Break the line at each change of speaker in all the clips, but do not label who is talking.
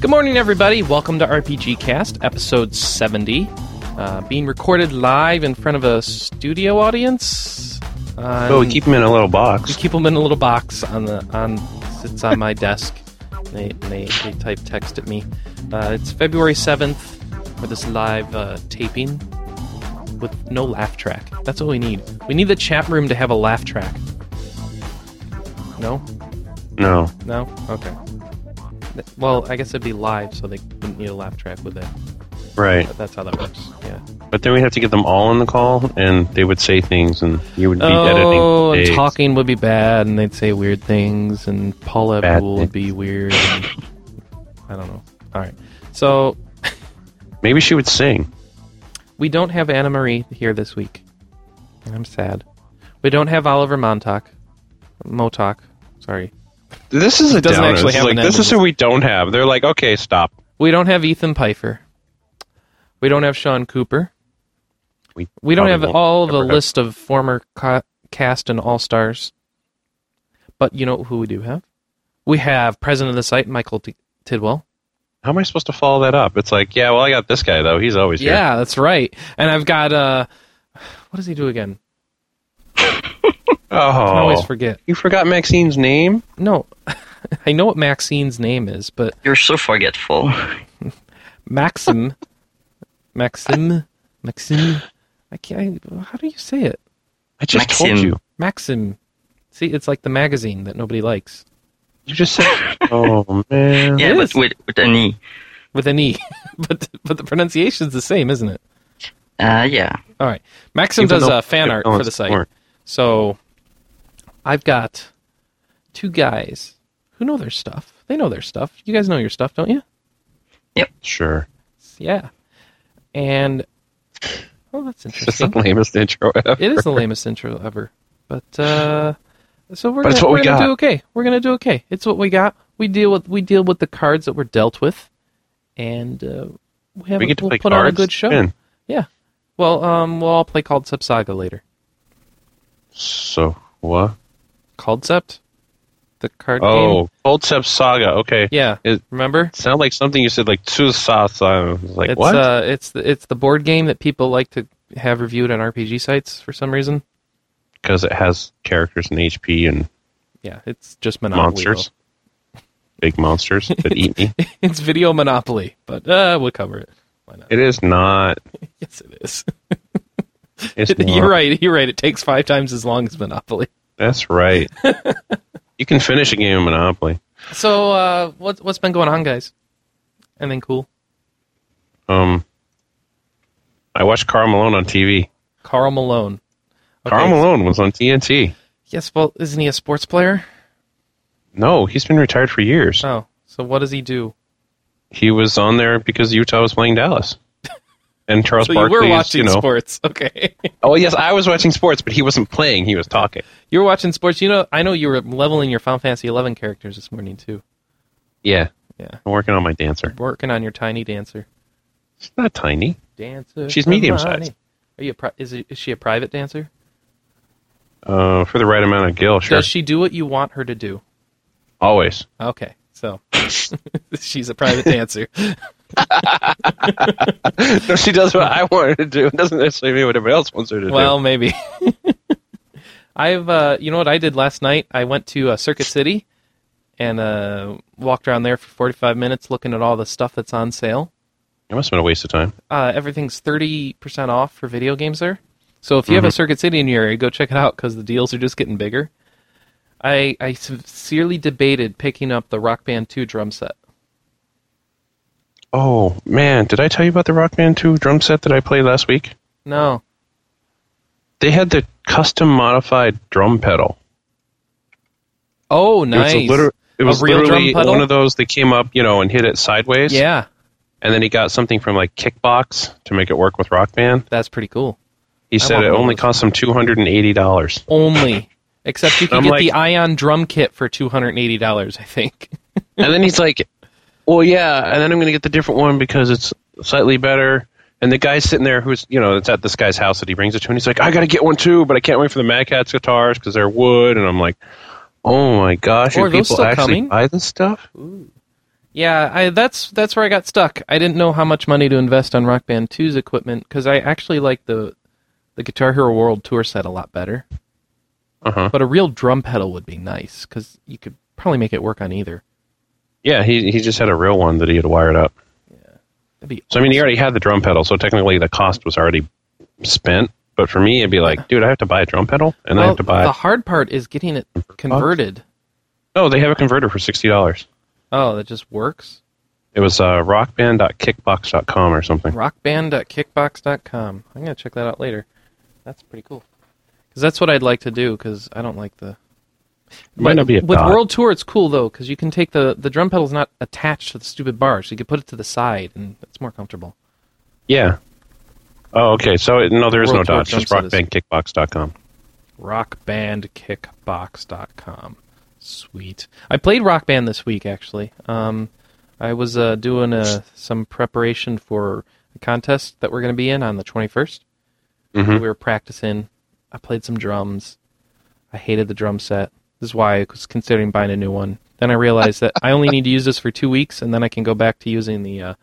Good morning, everybody. Welcome to RPG Cast, episode 70. Uh, being recorded live in front of a studio audience. Um,
Oh, we keep them in a little
we
box.
keep them in a little box on the on sits on my desk. They, they they type text at me. Uh, it's February seventh for this live uh, taping with no laugh track. That's all we need. We need the chat room to have a laugh track. No,
No,
no, okay. Th- Well, I guess it'd be live, so they wouldn't need a laugh track with it.
right.
But that's how that works. Yeah.
But then we have to get them all on the call, and they would say things, and you would be
Oh,
editing.
and
days.
talking would be bad, and they'd say weird things, and Paula
Bad
Abdul would be weird. And, I don't know. All right, so
Maybe she would sing.
we don't have Anna Marie here this week, and I'm sad. We don't have Oliver Montauk, Motok. Sorry,
This is a
doesn't
downer.
actually
This is
have
like,
an
this
end.
is who we don't have. They're like, okay, stop.
we don't have Ethan Pfeiffer. We don't have Sean Cooper.
We
We don't
probably
have
won't
all the
ever have-
list of former ca- cast and all stars. But you know who we do have? We have president of the site, Michael T- Tidwell.
How am I supposed to follow that up? It's like, yeah, well, I got this guy though. He's always here.
Yeah, that's right. And I've got uh what does he do again?
Oh,
I always forget.
you forgot Maxine's name.
No. I know what Maxine's name is, but
You're so forgetful.
Maxim Maxim Maxim I can't I, how do you say it?
I just told
Maxine.
you.
Maxim. See, it's like the magazine that nobody likes.
You just said. oh man.
Yeah,
is.
but with, with an E.
With an E. but but the pronunciation's the same, isn't it?
Uh, yeah.
All right. Maxim
Even
does
though-
uh, fan art
No,
for
it's
the site.
smart.
So I've got two guys who know their stuff. They know their stuff. You guys know your stuff, don't you?
Sure.
Yeah. And oh, that's
That's the
interesting.
lamest intro ever.
it is the lamest intro ever. But uh so we're
But it's
gonna,
what
we're
we
gonna
got.
do okay. We're gonna do okay. It's what we got. We deal with we deal with the cards that we're dealt with, and uh, we have
We
a-
get to
we'll
play
put
cards.
on a good show.
Man,
Well, um, we'll all play Called Saga later.
So what?
Called Sept, the card game.
Oh, Cold Step Saga. Okay.
Yeah,
It-
remember?
Sound like something you said like two sauce. I was like,
it's
what?
uh, it's the, it's the board game that people like to have reviewed on RPG sites for some reason.
Because it has characters and HP and
Yeah, it's just Monopoly. though.
monsters, big monsters that eat me.
it's video monopoly, but uh, we'll cover it. Why not?
It is not.
yes, it is.
It's not.
you're right. You're right. It takes five times as long as Monopoly.
That's right. you can finish a game of Monopoly.
So, uh, what's what's been going on, guys? And then cool.
Um, I watched Carl Malone on TV.
Carl Malone.
Carl Malone was on TNT.
Yes, well, isn't he a sports player?
No, he's been retired for years.
Oh, so what does he do?
He was on there because Utah was playing Dallas. And Charles
so
Barkley,
you were
is,
watching
you know.
sports, okay?
Oh yes, I was watching sports, but he wasn't playing. He was talking.
you were watching sports. You know, I know you were leveling your Final Fantasy Eleven characters this morning too.
Yeah.
Yeah.
I'm working on my dancer.
Working on your tiny dancer.
She's not tiny.
Dancer.
She's
Hermione.
medium-sized.
Are you a pri- is, it, is she a private dancer?
Uh, for the right amount of gill, sure.
Does she do what you want her to do?
Always.
Okay, so she's a private dancer.
no, she does what I want her to do. It doesn't necessarily mean what everybody else wants her to
well, maybe. I've uh, you know what I did last night? I went to uh, Circuit City and uh, walked around there for 45 minutes looking at all the stuff that's on sale.
do. It must have been a waste of time.
Uh, everything's 30% off for video games there. So if you
Mm-hmm.
have a Circuit City in your area, go check it out because the deals are just getting bigger. I I sincerely debated picking up the Rock Band 2 drum set.
Oh man, did I tell you about the Rock Band 2 drum set that I played last week?
No,
They had the custom modified drum pedal.
Oh, nice.
It was, liter- it
A
was
real drum
literally
pedal?
one of those that came up, you know, and hit it sideways.
yeah,
And then he got something from like Kickbox to make it work with Rock Band.
that's pretty cool.
He said
want
it
one of
only
those.
cost him two hundred and eighty dollars.
Only. Except you can
I'm
get
like-
the Ion drum kit for $280, I think.
And then he's like, "Well, yeah." And then I'm going to get the different one because it's slightly better. And the guy sitting there, who's you know, it's at this guy's house that he brings it to, and he's like, "I got to get one too, but I can't wait for the Mad Catz guitars because they're wood." And I'm like, "Oh my gosh,
Oh, are
are
those
people
still
actually
coming?
buy this stuff?"
Yeah, I, that's that's where I got stuck. I didn't know how much money to invest on Rock Band 2's equipment because I actually like the the Guitar Hero World Tour set a lot better.
Uh huh.
But a real drum pedal would be nice because you could probably make it work on either.
Yeah, he he just had a real one that he had wired up.
That'd be
So I mean, he already had the drum pedal, so technically the cost was already spent. But for me, it'd be like, dude, I have to buy a drum pedal, and I
well,
have to buy.
the hard part is getting it converted.
oh, they have a converter for sixty dollars.
Oh, that just works.
It was uh, rockband.kickbox.com or something.
Rockband.kickbox.com. I'm gonna check that out later. That's pretty cool. Because that's what I'd like to do. Because I don't like the
It might not be a
with
dot.
World Tour, it's cool though because you can take the the drum pedal's not attached to the stupid bar, so you can put it to the side, and it's more comfortable.
Yeah. Oh, okay. So it, no, there is
World
no
Tour
dot. It's just
drum set is-
rockbandkickbox.com.
Rockbandkickbox.com. Sweet. I played Rock Band this week actually. Um, I was uh, doing uh, some preparation for a contest that we're going to be in on the 21st.
Mhm.
We were practicing. I played some drums. I hated the drum set. This is why I was considering buying a new one. Then I realized that I only need to use this for two weeks, and then I can go back to using the uh,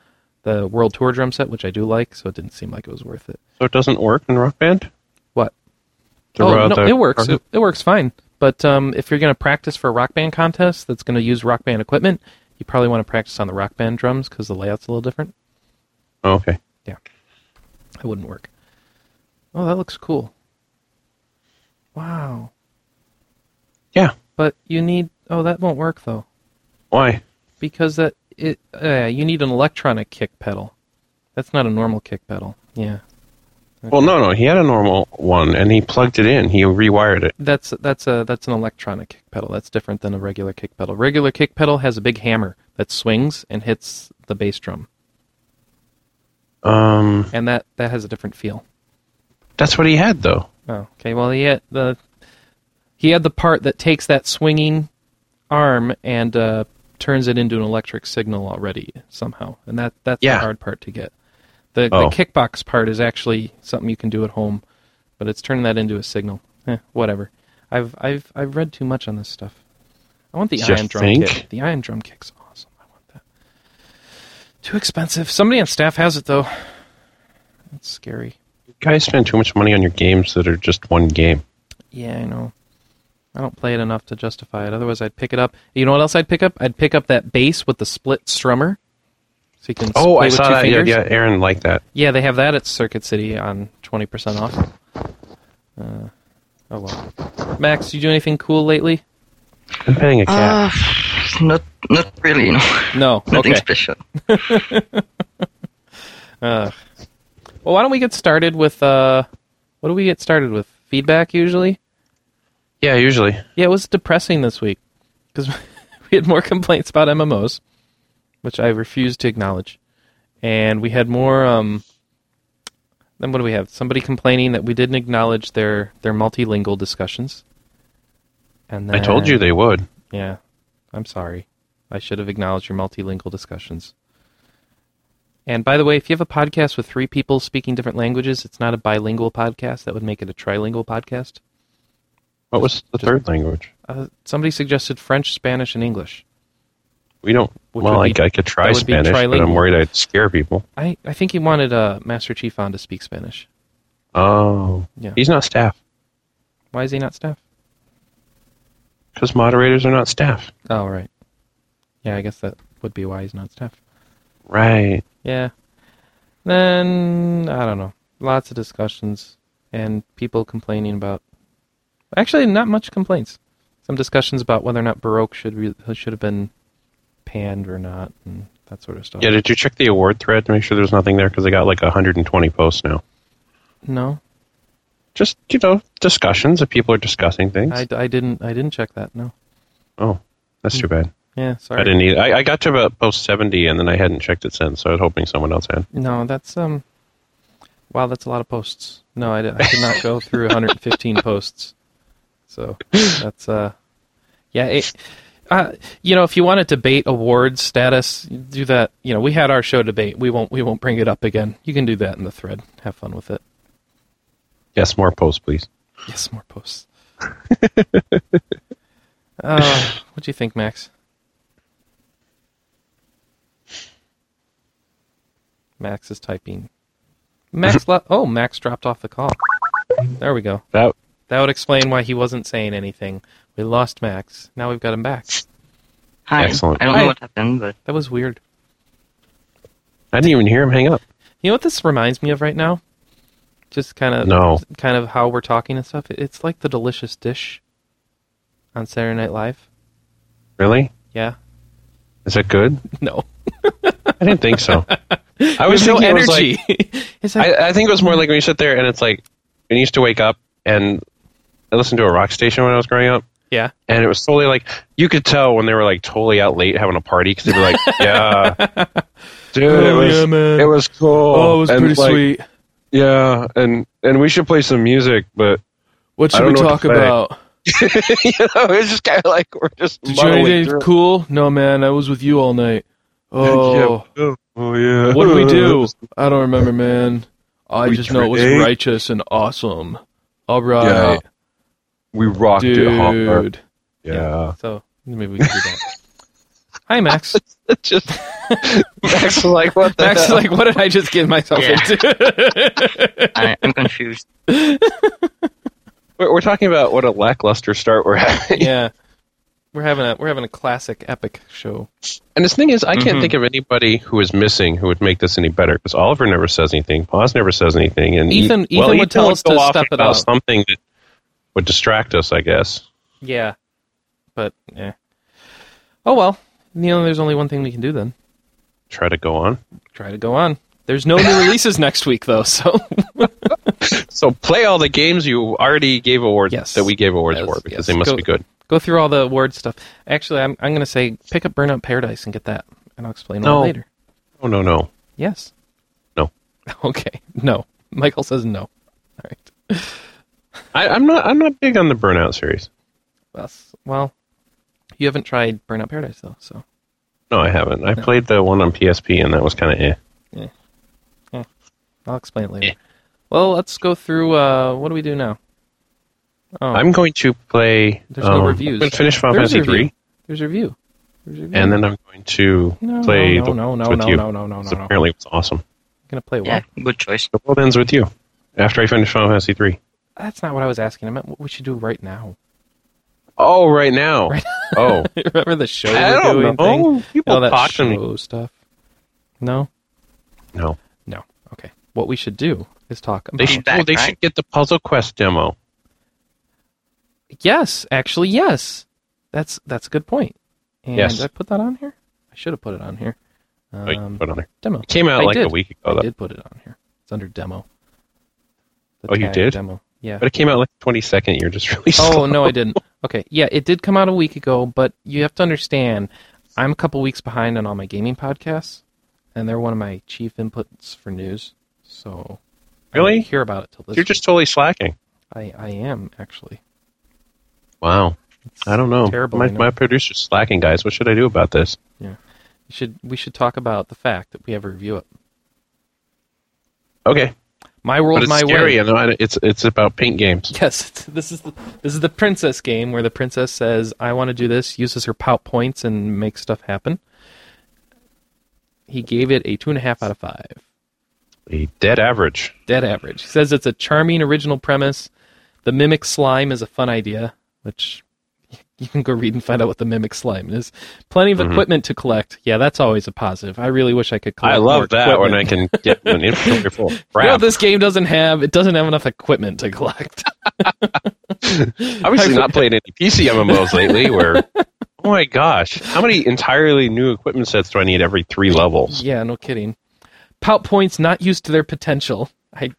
the World Tour drum set, which I do like. So it didn't seem like it was worth it.
So it doesn't work in Rock Band.
What?
The
oh,
ro-
no,
the-
it works. It, it works fine. But um, if you're going to practice for a rock band contest that's going to use rock band equipment, you probably want to practice on the rock band drums because the layout's a little different.
Oh, okay.
It wouldn't work. Oh, that looks cool. Wow.
Yeah.
But you need. Oh, that won't work though
Why?
because that it. Uh, you need an electronic kick pedal. That's not a normal kick pedal. Yeah.
Well, no, no. He had a normal one, and he plugged it in. He rewired it.
That's that's a that's an electronic kick pedal. That's different than a regular kick pedal. Regular kick pedal has a big hammer that swings and hits the bass drum,
Um,
and that that has a different feel.
that's what he had though.
Oh, okay. Well, he had the he had the part that takes that swinging arm and uh, turns it into an electric signal already somehow, and that that's
Yeah.
the hard part to get. The
Oh.
the kickbox part is actually something you can do at home, but it's turning that into a signal. Eh, whatever. I've I've I've read too much on this stuff. I want the
You
iron drum
think?
kit. The iron drum kick's awesome. I want that. Too expensive. Somebody on staff has it though. That's scary.
You guys spend too much money on your games that are just one game.
Yeah, I know. I don't play it enough to justify it. Otherwise, I'd pick it up. You know what else I'd pick up? I'd pick up that bass with the split strummer, so you can. play
Oh, I
with
saw
two
that. Yeah,
Fingers.
yeah, Aaron liked that.
Yeah, they have that at Circuit City on twenty percent off. Uh, oh well. Max, you do anything cool lately?
I'm petting a cat.
Uh, not not really. No,
No.
nothing
Okay.
special.
Well, why don't we get started with uh, what do we get started with? Feedback usually.
yeah, usually.
Yeah, it was depressing this week because we had more complaints about MMOs, which I refuse to acknowledge, and we had more. Um, then what do we have? Somebody complaining that we didn't acknowledge their their multilingual discussions. And
I told
then-
you they would.
Yeah, I'm sorry. I should have acknowledged your multilingual discussions. And by the way, if you have a podcast with three people speaking different languages, it's not a bilingual podcast. That would make it a trilingual podcast.
What was the third language?
Uh, somebody suggested French, Spanish, and English.
We don't.
Which
well,
would
I,
be-
I could try
that would be
Spanish, but I'm
trilingual.
worried I'd scare people.
I, I think he wanted uh, Master Chief on to speak Spanish.
Oh,
Yeah.
he's not staff
Why is he not staff?
because moderators are not staff.
Oh, right. Yeah, I guess that would be why he's not staff.
Right.
Yeah. Then, I don't know. Lots of discussions and people complaining about. Actually, not much complaints. Some discussions about whether or not Baroque should re- should have been panned or not, and that sort of stuff.
Yeah. Did you check the award thread to make sure there's nothing there? Because I got like 120 posts now.
No,
Just you know, discussions if people are discussing things.
I, I didn't I didn't check that. No.
oh, that's too bad.
Yeah, Mm, sorry.
I didn't need. I, I got to about post 70, and then I hadn't checked it since. So I was hoping someone else had.
No, that's um. Wow, that's a lot of posts. No, I, di- I did not go through 115 posts. So that's uh, yeah. It, uh, you know, if you want to debate awards status, do that. You know, we had our show debate. We won't. We won't bring it up again. You can do that in the thread. Have fun with it.
Yes, more posts, please.
Yes, more posts. uh, what do you think, Max? Max is typing. Max, le- oh, Max dropped off the call. There we go.
That
That would explain why he wasn't saying anything. We lost Max. Now we've got him back.
Hi.
Excellent.
I don't
Hi.
know what happened, but
That was weird.
I didn't even hear him hang up.
You know what this reminds me of right now? Just kind of
No.
kind of how we're talking and stuff. It's like the delicious dish on Saturday Night Live.
Really?
Yeah.
Is that good?
No.
I didn't think so. I was
There's no
thinking it was like-
energy. it's like
I, I think it was more like when you sit there and it's like when you used to wake up and I listened to a rock station when I was growing up.
yeah.
And it was totally like you could tell when they were like totally out late having a party because they were like, "Yeah, dude, it
Oh,
was
yeah, man. Oh,
it was cool. And, like,
sweet.
Yeah, and and we should play some music, but
What
I should don't we know what talk to say.
about?
you know, it's just kind of like we're just muddling through.
cool? No, man. I was with you all night.
Yeah. Oh yeah.
What do we do? I don't remember, man. I
We
just know it was
drank.
righteous and awesome. All right,
We rocked it hard.
dude.
Yeah.
So maybe we can do that. Hi, Max.
just Max is like, what the
Max is
hell?
like, what did I just get myself
Yeah.
into?
I, I'm confused.
we're, we're talking about what a lackluster start we're having.
yeah, we're having a we're having a classic epic show.
And this thing is, I can't
Mm-hmm.
Mhm.
think of anybody who is missing who would make this any better because Oliver never says anything, Paz never says anything, and
Ethan-
E- well,
Ethan would tell us
go
to
off
step it
about
up.
something that would distract us, I guess.
Yeah, but yeah. Oh well, you know, there's only one thing we can do then.
Try to go on.
Try to go on. There's no new releases next week though, so
So play all the games you already gave awards
Yes.
that we gave awards
Yes,
for because
yes.
they must
Go-
be good.
go through all the award stuff. Actually, I'm I'm gonna say pick up Burnout Paradise and get that, and I'll explain
No.
all later.
Oh no no.
Yes.
No.
Okay. No. Michael says no. All right.
I, I'm not. I'm not big on the Burnout series.
That's, well, you haven't tried Burnout Paradise though, so
No, I haven't. I played the one on PSP, and that was kind of eh.
I'll explain it later.
Yeah.
Well, let's go through. Uh, what do we do now? Oh,
I'm going to play.
There's no
um,
reviews.
I'm going to finish Final
There's a
Fantasy
review.
three,
there's a review. There's a review.
and then I'm going to
no,
play.
no,
The
no,
World
no,
Ends
no,
with you.
no, no, no, no,
It's
no. I'm
Apparently, it's awesome.
gonna play what?
Yeah, good choice.
The world ends with you. After I finish Final Fantasy three.
That's not what I was asking. I meant what we should do right now.
Oh, right now. oh,
Remember the show we
I
were doing
don't
thing?
know. People
all that
talk to
show
me.
stuff. No,
No,
no. Okay. What we should do is talk
they
about.
should.
back,
oh, they
right?
should get the Puzzle Quest demo.
Uh, Yes, actually, yes. That's that's a good point. And
Yes.
did I put that on here? I should have put it on here.
Oh, you
Um,
put Oh, on there.
demo.
It came out
I
like a
did.
week
I
ago, though.
did put it on here. It's under demo. The
Oh, you
tag
did?
Demo. Yeah.
but it came out like twenty second. You're just really.
Oh
slow.
no, I didn't. Okay, yeah, it did come out a week ago, but you have to understand, I'm a couple weeks behind on all my gaming podcasts, and they're one of my chief inputs for news. So I
Really?
didn't hear about it till this.
You're just totally slacking.
I, I am actually.
Wow. I don't know.
terrible, I
My,
know.
my producer's slacking, guys. What should I do about this?
You should we should talk about the fact that we have a review up.
Okay,
My world,
but it's
my way.
scary. You know, I- it's it's about paint games.
Yes, it's- this is the, this is the princess game where the princess says, "I want to do this," uses her pout points and makes stuff happen. He gave it a two and a half out of five,
A dead average.
dead average. He says it's a charming original premise. The mimic slime is a fun idea, which you can go read and find out what the mimic slime is. Plenty of
Mhm.
equipment to collect. Yeah, that's always a positive. I really wish I could. collect
I
more
love that
equipment.
when I can get an inventory full. of
You know
Crap.
what this game doesn't have? It doesn't have enough equipment to collect.
Obviously,
I've-
not playing any PC MMOs lately. Where, oh my gosh, how many entirely new equipment sets do I need every three levels?
Yeah, no kidding. Pout points not used to their potential. I,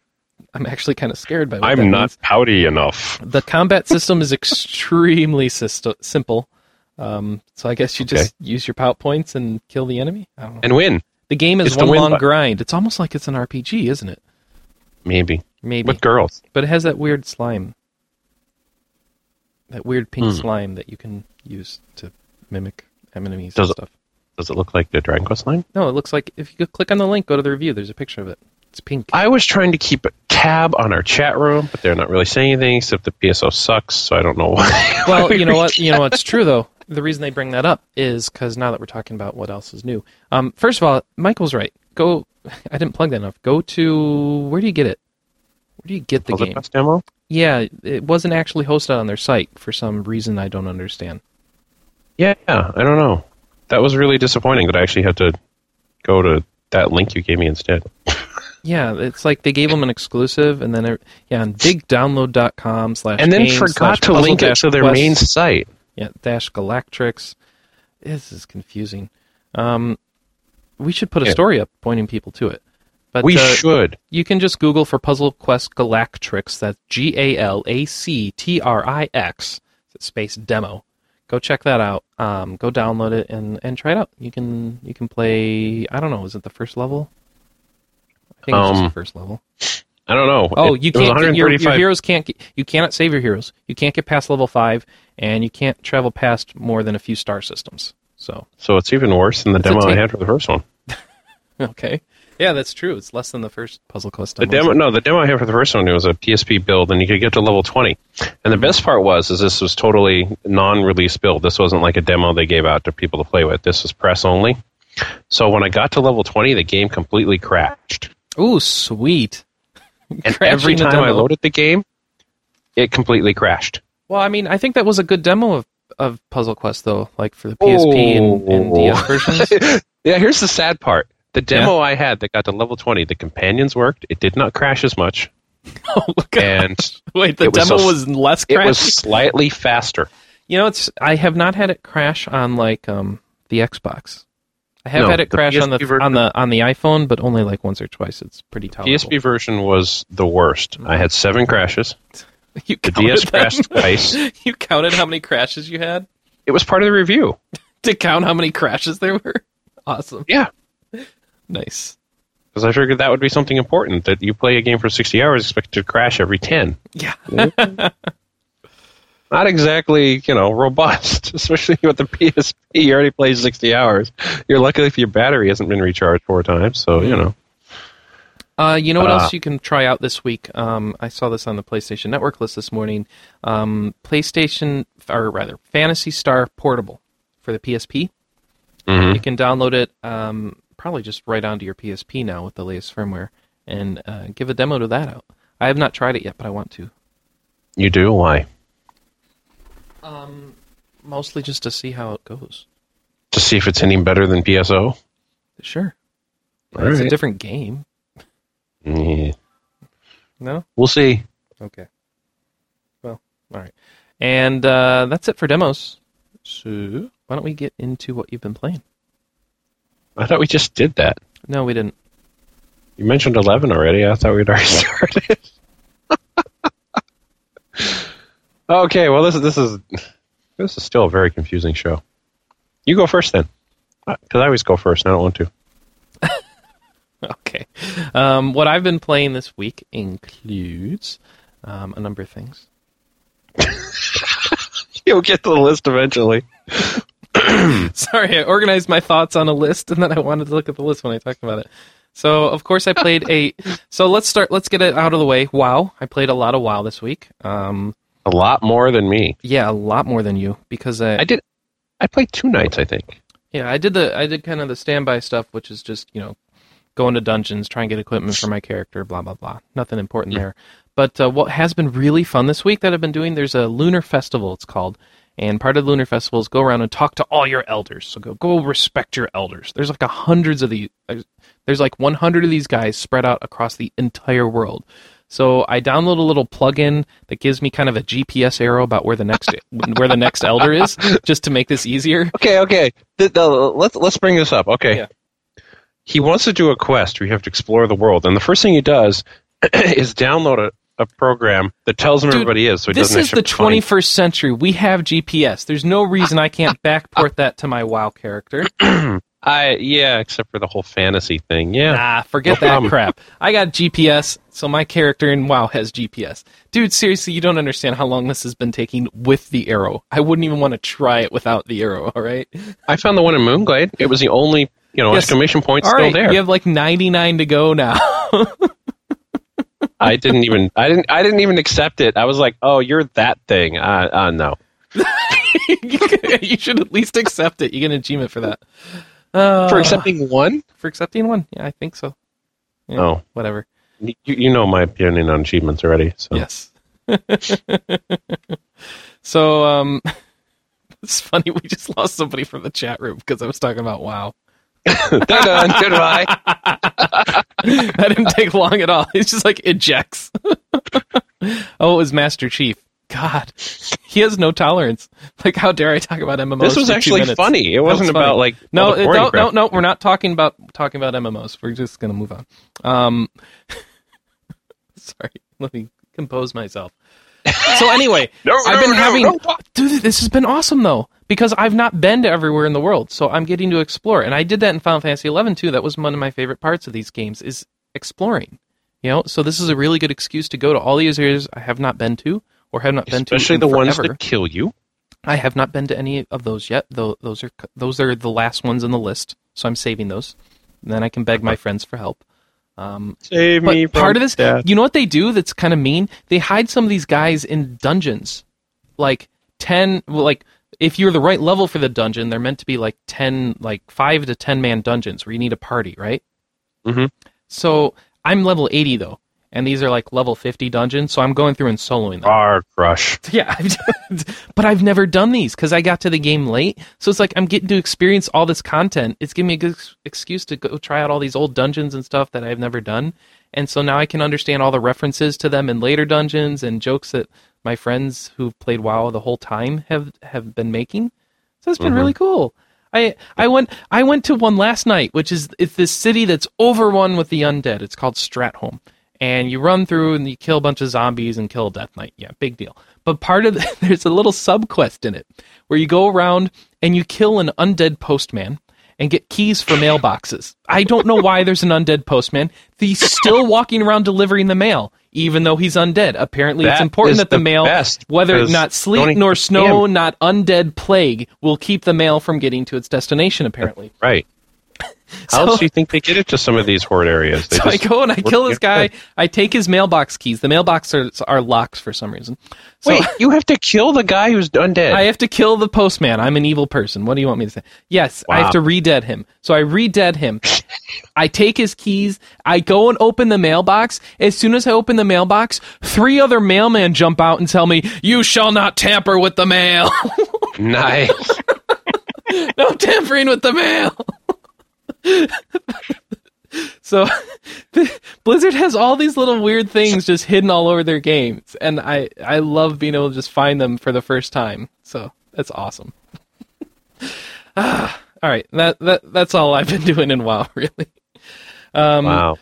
I'm actually kind of scared by. What that
I'm not
means.
pouty enough.
The combat system is extremely systo- simple. Um, so I guess you just use your pout points and kill the enemy. I don't know.
And win,
The game is
it's the
one
win
long
button.
grind. It's almost like it's an RPG, isn't it?
maybe.
Maybe,
With girls.
but it has that weird slime, that weird pink
Hmm.
slime that you can use to mimic enemies
Does
and
it-
stuff.
Does it look like the Dragon Quest line?
No, it looks like if you click on the link, go to the review. There's a picture of it. It's pink.
I was trying to keep a tab on our chat room, but they're not really saying anything except the PSO sucks, so I don't know why.
well, you know what? You know what's true though. The reason they bring that up is because now that we're talking about what else is new. Um, first of all, Michael's right. go. I didn't plug that enough. Go to where do you get it? Where do you get the
Well,
game?
best demo.
Yeah, it wasn't actually hosted on their site for some reason I don't understand.
Yeah, I don't know. That was really disappointing that I actually had to go to that link you gave me instead.
Yeah, it's like they gave them an exclusive, and then it, yeah, on bigdownload.com slash
And then
game slash
forgot to
puzzle
link it
dash
to their
quest-
main site.
yeah dash Galactrix. This is confusing. Um, we should put a
Yeah.
story up pointing people to it. But
We
uh,
should.
you can just Google for Puzzle Quest Galactrix. That's G A L A C T R I X space demo. Go check that out. Um, go download it and, and try it out. You can you can play. I don't know. Is it the first level? I think it's just
Um,
the first level.
I don't know.
Oh,
It-
you
it was
can't get your, your
135
heroes can't get, you cannot save your heroes. You can't get past level five, and you can't travel past more than a few star systems. So
So it's even worse than the
It's a
demo I
tape.
had for the first one.
okay, yeah, that's true. It's less than the first puzzle quest.
The demo, no, the demo I had for the first one it was a PSP build, and you could get to level twenty. And the best part was, is this was totally non-release build. This wasn't like a demo they gave out to people to play with. This was press only. So when I got to level twenty, the game completely crashed.
Ooh, sweet.
And
Crashing
every
the
time I
demo.
loaded the game, it completely crashed.
Well, I mean, I think that was a good demo of, of Puzzle Quest, though, like for the PSP and, and
Oh.
DS versions.
Yeah, here's the sad part. The demo I had that got to level twenty, the companions worked. It did not crash as much,
oh, look at-
and
wait, the
it was
demo
so-
was less
it was
crashy.
slightly faster.
You know, it's I have not had it crash on like um the Xbox. I have
No,
had it
the
crash on the
PSP version-
on the on the iPhone, but only like once or twice. It's pretty tolerable.
PSP version was the worst. I had seven crashes.
you
The
counted
DS
them?
crashed twice.
you counted how many crashes you had
It was part of the review.
to count how many crashes there were. Awesome.
Yeah.
Nice.
Because I figured that would be something important that you play a game for 60 hours, expect to crash every 10.
Yeah.
Not exactly, you know, robust, especially with the PSP. You already play 60 hours. You're lucky if your battery hasn't been recharged four times, so, you know.
Uh, you know what
Ah.
else you can try out this week? Um, I saw this on the PlayStation Network list this morning. Um, PlayStation, or rather, Fantasy Star Portable for the PSP.
Mhm.
You can download it um, probably just right onto your PSP now with the latest firmware and uh, give a demo to that out. I have not tried it yet, but I want to.
You do? Why?
Um, mostly just to see how it goes.
To see if it's any better than PSO?
Sure.
All
it's a
right.
different game.
Yeah.
No?
We'll see.
Okay. Well, all right. And uh, that's it for demos. So, why don't we get into what you've been playing?
I thought we just did that.
No, we didn't.
You mentioned 11 already. I thought we'd already started. okay, well this is this is this is still a very confusing show. You go first then. Cuz I always go first and I don't want to.
Okay. Um, what I've been playing this week includes um, a number of things.
You'll get to the list eventually.
Sorry, I organized my thoughts on a list, and then I wanted to look at the list when I talked about it. So, of course, I played a. So let's start. Let's get it out of the way. Wow, I played a lot of WoW this week. Um,
A lot more than me.
yeah, a lot more than you because I,
I did I played two nights, I think.
yeah I did the I did kind of the standby stuff, which is just you know going to dungeons, try and get equipment for my character, blah blah blah. Nothing important there. But uh, what has been really fun this week that I've been doing? There's a lunar festival. It's called. And part of the Lunar Festival is go around and talk to all your elders. So go, go respect your elders. There's like a hundreds of these. There's, there's like 100 of these guys spread out across the entire world. So I download a little plugin that gives me kind of a GPS arrow about where the next where the next elder is, just to make this easier.
Okay, okay. Th- th- let's let's bring this up. Okay.
Yeah.
He wants to do a quest where you have to explore the world, and the first thing he does is download a, a program that tells him
Dude,
everybody is, so he
this
doesn't
is
actually
the
have to find
21st century. We have GPS. There's no reason I can't backport that to my WoW character.
I yeah, except for the whole fantasy thing. Yeah,
Nah, Ah, forget
No
that
problem.
crap. I got GPS, so my character in WoW has GPS. Dude, seriously, you don't understand how long this has been taking with the arrow. I wouldn't even want to try it without the arrow, all right?
I found the one in Moonglade. It was the only you know
Yes.
exclamation point
all
still
right,
there.
you have like 99 to go now.
I didn't even I didn't I didn't even accept it. I was like, oh, you're that thing. Uh, uh no.
you should at least accept it. You get an achievement for that. Uh,
for accepting one.
for accepting one. Yeah, I think so. Yeah,
Oh.
whatever.
You, you know my opinion on achievements already. So
Yes. so um, it's funny we just lost somebody from the chat room because I was talking about wow.
Dun, dun, goodbye.
that didn't take long at all. It's just like ejects. oh, it was Master Chief. God, he has no tolerance. Like, how dare I talk about MMOs?
This was
for two
actually
minutes?
funny. It
was
wasn't
funny.
about like all
No,
the
it-
boring
no, no,
crap.
no. We're not talking about talking about MMOs. We're just gonna move on. Um, sorry, let me compose myself. So anyway,
No,
I've
no,
been
no,
having,
no.
dude. This has been awesome though, because I've not been to everywhere in the world, so I'm getting to explore. And I did that in Final Fantasy XI too. That was one of my favorite parts of these games is exploring. You know, so this is a really good excuse to go to all these areas I have not been to or have not been to,
especially
in
the ones
forever.
that kill you.
I have not been to any of those yet. Though those are those are the last ones in the list, so I'm saving those. And then I can beg my friends for help. Um,
Save Uh-huh. me.
but
From
part of this,
death.
you know what they do? That's kind of mean. They hide some of these guys in dungeons, like ten. Well, like if you're the right level for the dungeon, they're meant to be like ten, like five to ten man dungeons where you need a party, right?
Mhm.
So I'm level eighty though, and these are like level fifty dungeons. So I'm going through and soloing them.
Bar crush.
Yeah, I've, but I've never done these because I got to the game late. So it's like I'm getting to experience all this content. It's giving me a good ex- excuse to go try out all these old dungeons and stuff that I've never done. And so now I can understand all the references to them in later dungeons and jokes that my friends who've played WoW the whole time have have been making. So it's been
Mhm.
really cool. I I went I went to one last night, which is it's this city that's overrun with the undead. It's called Stratholm, and you run through and you kill a bunch of zombies and kill a Death Knight. Yeah, big deal. But part of the, there's a little sub quest in it where you go around and you kill an undead postman and get keys for mailboxes. I don't know why there's an undead postman. He's still walking around delivering the mail, even though he's undead. Apparently, it's
That
important
is
that the,
the
mail,
best,
whether
'cause
not
don't e-
sleet
even
nor snow,
him.
not undead plague, will keep the mail from getting to its destination. Apparently,
Right. How
So-
else do you think they get it to some of these horde areas? They
so
just-
I go and I kill this
your
guy. I take his mailbox keys. The mailbox are, are locked for some reason. So
Wait, you have to kill the guy who's undead.
I have to kill the postman. I'm an evil person. What do you want me to say? Yes, I
Wow.
have to re-dead him. So I re-dead him. I take his keys. I go and open the mailbox. As soon as I open the mailbox, three other mailmen jump out and tell me, "You shall not tamper with the mail.
nice.
no tampering with the mail." so Blizzard has all these little weird things just hidden all over their games, and I I love being able to just find them for the first time. So that's awesome. Ah, all right, that that that's all I've been doing in WoW. Really,
wow.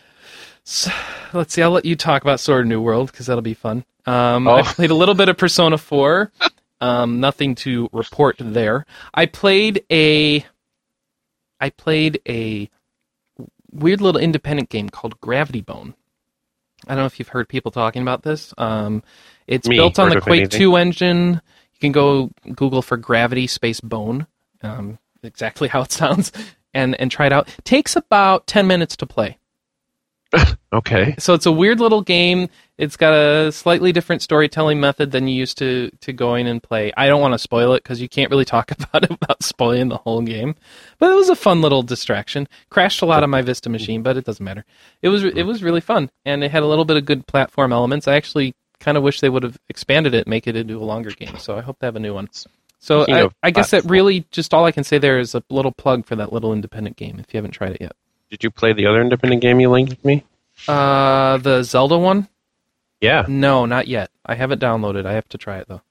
let's see. I'll let you talk about Sword of New World because that'll be fun. Um, I
Oh.
played a little bit of Persona Four. Um, nothing to report there. I played a I played a weird little independent game called Gravity Bone. I don't know if you've heard people talking about this. Um, it's
Me,
built on
heard
the
of
Quake
anything.
2 engine. You can go Google for Gravity Space Bone, um, exactly how it sounds, and, and try it out. Takes about 10 minutes to play.
Okay.
So it's a weird little game. It's got a slightly different storytelling method than you used to to going and play. I don't want to spoil it because you can't really talk about it without spoiling the whole game. But it was a fun little distraction. Crashed a lot on my Vista machine, but it doesn't matter. It was it was really fun, and it had a little bit of good platform elements. I actually kind of wish they would have expanded it, make it into a longer game. So I hope they have a new one. So
Speaking
I,
of
I guess that
platform.
really just all I can say there is a little plug for that little independent game if you haven't tried it yet.
Did you play the other independent game you linked me?
Uh, the Zelda one.
Yeah.
No, not yet. I haven't downloaded. I have to try it though.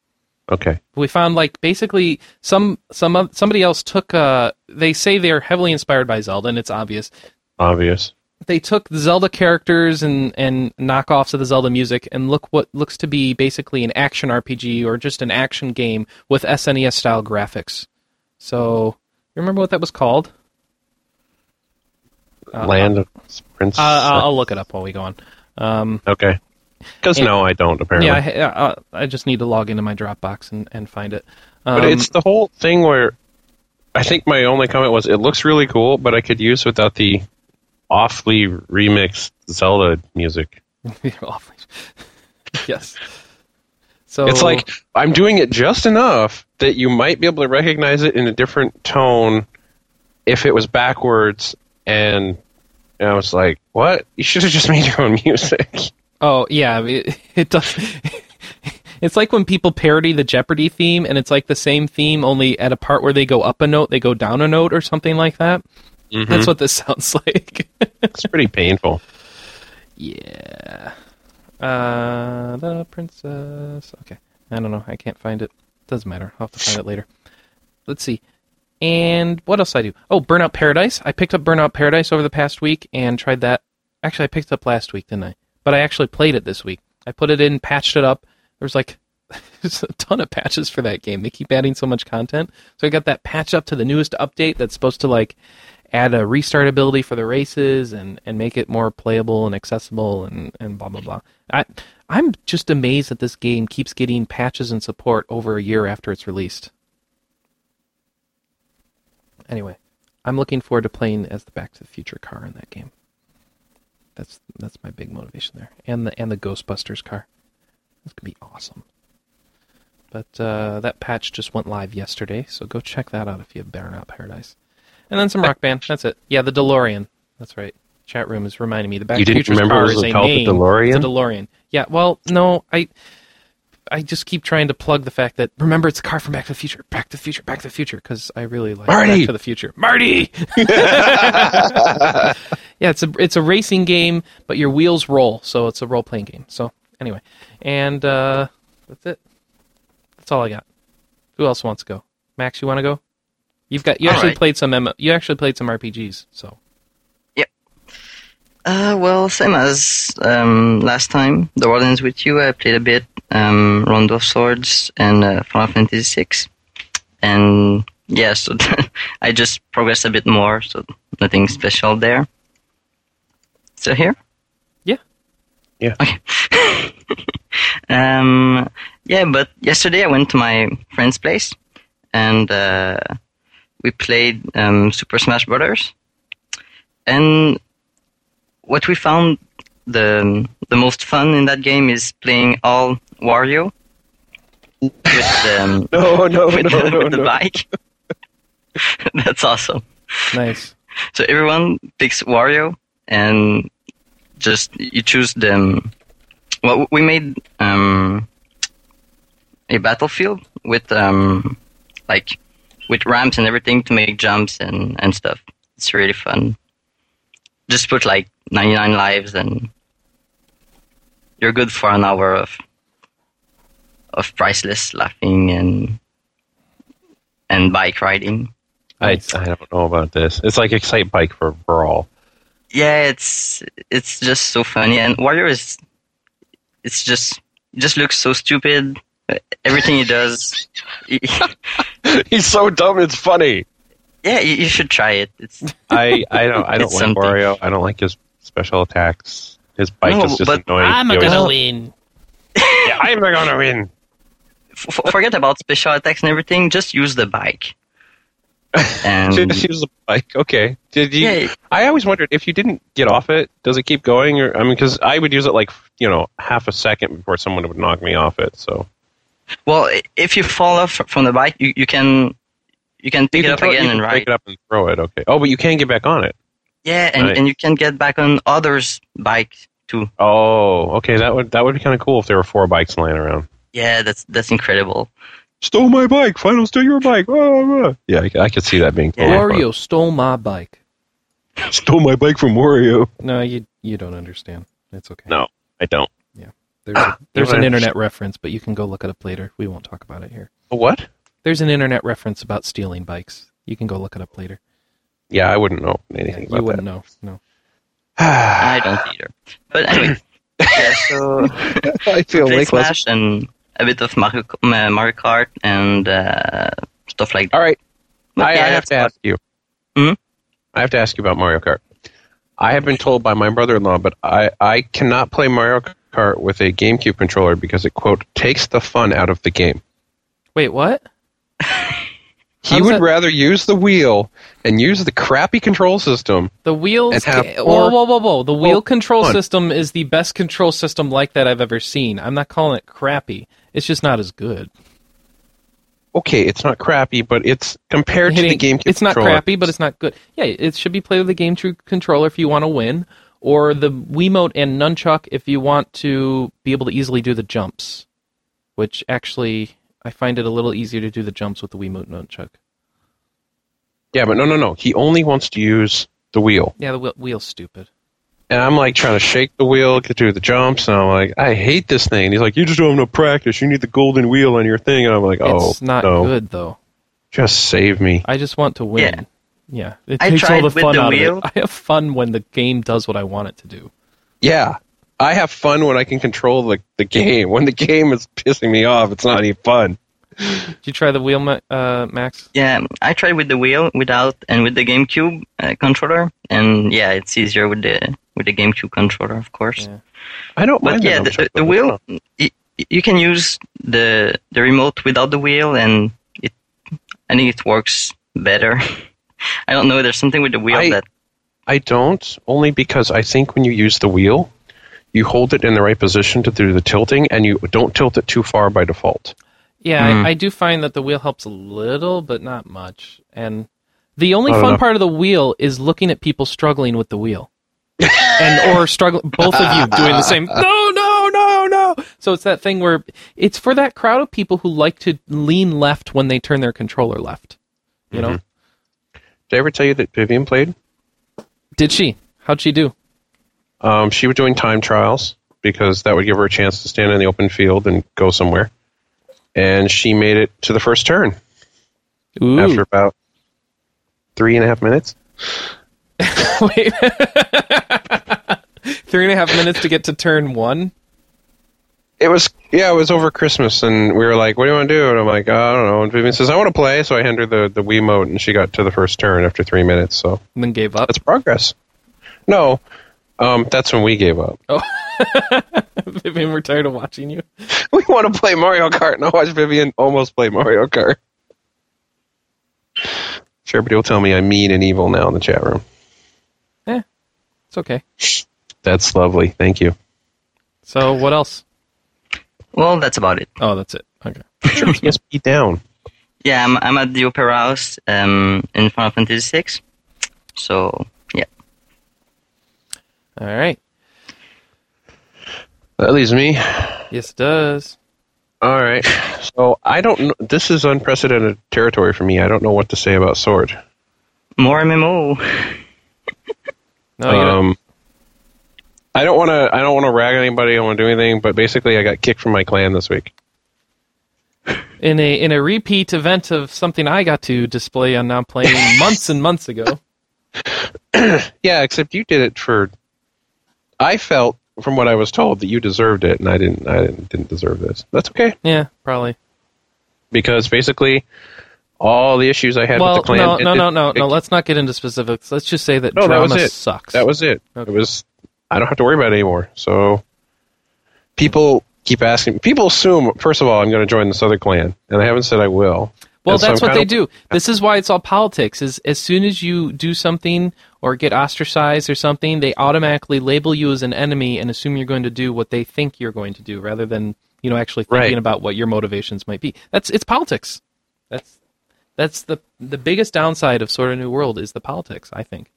Okay.
We found like basically some some oth- somebody else took. Uh, they say they are heavily inspired by Zelda, and it's obvious.
Obvious.
They took the Zelda characters and and knockoffs of the Zelda music, and look what looks to be basically an action RPG or just an action game with SNES style graphics. So, you remember what that was called? Uh,
Land of Prince.
Uh, I'll, I'll look it up while we go on. Um,
okay. Because
and-
no, I don't apparently.
Yeah, I, I, I just need to log into my Dropbox and, and find it. Um,
but it's the whole thing where I think my only comment was it looks really cool, but I could use without the awfully remixed Zelda music.
Awfully. yes. So
It's like I'm doing it just enough that you might be able to recognize it in a different tone if it was backwards and I was like, what? You should have just made your own music.
Oh yeah, it, it does. It's like when people parody the Jeopardy theme, and it's like the same theme, only at a part where they go up a note, they go down a note, or something like that.
Mm-hmm.
That's what this sounds like.
It's pretty painful.
yeah. Uh, the princess. Okay, I don't know. I can't find it. Doesn't matter. I'll have to find it later. Let's see. And what else I do? Oh, Burnout Paradise. I picked up Burnout Paradise over the past week and tried that. Actually, I picked it up last week, didn't I? But I actually played it this week. I put it in, patched it up. There's like there's a ton of patches for that game. They keep adding so much content. So I got that patch up to the newest update that's supposed to like add a restart ability for the races and, and make it more playable and accessible and, and blah blah blah. I I'm just amazed that this game keeps getting patches and support over a year after it's released. Anyway, I'm looking forward to playing as the Back to the Future car in that game. That's that's my big motivation there. And the and the Ghostbusters car. This could be awesome. But uh, that patch just went live yesterday, so go check that out if you have Burnout Paradise. And then some Rock Band. That's it. Yeah, the DeLorean. That's right. Chat room is reminding me the Back
You
to the
didn't
Future's
remember
car
it was
is a
called the
name.
DeLorean?
It's a DeLorean. Yeah. Well, no, I I just keep trying to plug the fact that remember it's a car from Back to the Future, Back to the Future, Back to the Future, because I really like
Marty!
Back to the Future. Marty. yeah, it's a it's a racing game, but your wheels roll, so it's a role playing game. So anyway, and uh, that's it. That's all I got. Who else wants to go? Max, you want to go? You've got you
All
actually
right.
played some MMO, you actually played some RPGs, so
Uh, well, same as um, last time. The World Ends With You, I played a bit. Um, Rondo of Swords and uh, Final Fantasy VI. And yeah, so I just progressed a bit more, so nothing special there. So here?
Yeah.
Yeah.
Okay. um, yeah, but yesterday I went to my friend's place and uh, we played um, Super Smash Brothers. And what we found the the most fun in that game is playing all Wario with um,
No, Oh, no,
with, the, with the bike. That's awesome.
nice.
So everyone picks Wario and just you choose them. Well, we made um, a battlefield with um, like with ramps and everything to make jumps and and stuff. It's really fun. Just put like 99 lives and you're good for an hour of of priceless laughing and and bike riding.
I, I don't know about this. It's like Excite Bike for Brawl.
yeah, it's it's just so funny, and Wario is it's just just looks so stupid. Everything he does, yeah,
He's so dumb, it's funny.
you, you should try it. It's
I, I don't I don't
It's
like
something.
Wario. I don't like his special attacks. His bike
No,
is just
but
annoying. He always-
win.
Yeah, I'm gonna win.
f- f- forget about special attacks and everything. Just use the bike. And
Just use the bike. Okay. Did you?
Yeah.
I always wondered if you didn't get off it, does it keep going? Or I mean, because I would use it like you know half a second before someone would knock me off it. So
well, i- if you fall off from the bike, you, you can you can pick
You can
it up
throw
again
you can
and
pick
ride.
it up and throw it. Okay. Oh, but you can get back on it.
Yeah, and,
Right.
and you can get back on others' bike too.
Oh, okay. That would that would be kind of cool if there were four bikes laying around.
Yeah, that's that's incredible.
Stole my bike. Final stole your bike. Oh, oh. Yeah, I, I could see that being cool.
Wario stole my bike.
stole my bike from Wario.
No, you you don't understand. It's okay.
No, I don't.
There's, a, there's
don't
an
understand.
internet reference, but you can go look it up later. We won't talk about it here.
What?
There's an internet reference about stealing bikes. You can go look it up later.
Yeah, I wouldn't know
Yeah,
anything
you
about
wouldn't know. No.
that.
I don't either. But anyway, yeah. So.
I feel
play
like less-
Smash and a bit of Mario, uh, Mario Kart and uh, stuff like that.
All right.
But
I, I
yeah,
have
that's
to ask you.
Hmm?
I have to ask you about Mario Kart. I have been told by my brother-in-law, but I, I cannot play Mario Kart with a GameCube controller because it quote takes the fun out of the game.
Wait, what?
He
How's
would
that-
rather use the wheel and use the crappy control system.
The wheels.
And have
ca- whoa,
four-
whoa, whoa, whoa! The wheel
Oh,
control
hold on.
system is the best control system like that I've ever seen. I'm not calling it crappy. It's just not as good.
okay, it's not crappy, but it's compared to the
hitting-
GameCube.
it's not
controller,
crappy, but it's not good. Yeah, it should be played with the game true controller if you want to win, or the Wiimote and nunchuck if you want to be able to easily do the jumps. Which actually, I find it a little easier to do the jumps with the Wiimote and nunchuck.
yeah, but no, no, no. He only wants to use the wheel,
Yeah, the wheel, wheel's stupid.
and I'm like trying to shake the wheel, get do the jumps, and I'm like, I hate this thing. And he's like, you just don't have no practice. You need the golden wheel on your thing, and I'm like, oh,
it's not
no,
good though.
just save me.
I just want to win. Yeah, it
I
takes all
tried
the
with
fun
the
out
wheel.
of it. I have fun when the game does what I want it to do.
Yeah. I have fun when I can control the, the game. When the game is pissing me off, it's not any fun.
Did you try the wheel, Ma- uh, Max?
Yeah, I tried with the wheel without and with the GameCube uh, controller, and yeah, it's easier with the with the GameCube controller, of course.
Yeah.
I don't
But
mind
yeah,
that.
the, the wheel, y you can use the the remote without the wheel, and it I think it works better. I don't know. There's something with the wheel
I-
that
I don't, only because I think when you use the wheel, you hold it in the right position to do the tilting, and you don't tilt it too far by default.
Yeah,
Mm.
I, I do find that the wheel helps a little, but not much. And the only
I don't
fun
know.
part of the wheel is looking at people struggling with the wheel, and or struggle both of you doing the same. No, no, no, no. So it's that thing where it's for that crowd of people who like to lean left when they turn their controller left. You know?
Mm-hmm.
Did I ever tell you that Vivian played?
Did she? How'd she do?
Um, she was doing time trials because that would give her a chance to stand in the open field and go somewhere. And she made it to the first turn
Ooh.
after about three and a half minutes.
Wait. Three and a half minutes to get to turn one.
It was yeah, it was over Christmas, and we were like, "What do you want to do?" And I'm like, "I don't know." And Vivian says, "I want to play," so I hand her the the Wiimote, and she got to the first turn after three minutes. So
And then gave up.
that's progress. No, um, that's when we gave up.
Vivian, we're tired of watching you.
We want to play Mario Kart, and I watched Vivian almost play Mario Kart. Sure, but he'll tell me I'm mean and evil now in the chat room.
It's okay.
That's lovely. Thank you.
So what else?
well, that's about it.
Oh, that's it. Okay.
Yes, beat down.
Yeah, I'm I'm at the Opera House um, in Final Fantasy VI, so yeah.
All right.
That leaves me.
Yes, it does.
All right. So I don't. kn- This is unprecedented territory for me. I don't know what to say about Sword.
More MMO.
No, you don't.
um, I don't want to. I don't want to rag on anybody. I don't want to do anything. But basically, I got kicked from my clan this week.
in a in a repeat event of something I got to display on non playing months and months ago.
Yeah, except you did it for. I felt, from what I was told, that you deserved it, and I didn't. I didn't, didn't deserve this. That's okay,
Yeah, probably.
because basically, all the issues I had
well,
with the clan.
no, no,
ended-
no, no, no. Let's not get into specifics. Let's just say that
No, that was
drama
it.
sucks.
That was it.
Okay.
It was. I don't have to worry about it anymore. So, people keep asking. People assume. First of all, I'm going to join this other clan, and I haven't said I will.
Well,
And so
that's
I'm
what
kinda-
they do. This is why it's all politics. Is as soon as you do something or get ostracized or something, they automatically label you as an enemy and assume you're going to do what they think you're going to do, rather than you know actually thinking
Right.
about what your motivations might be. That's it's politics. That's that's the the biggest downside of sort of new world is the politics. I think.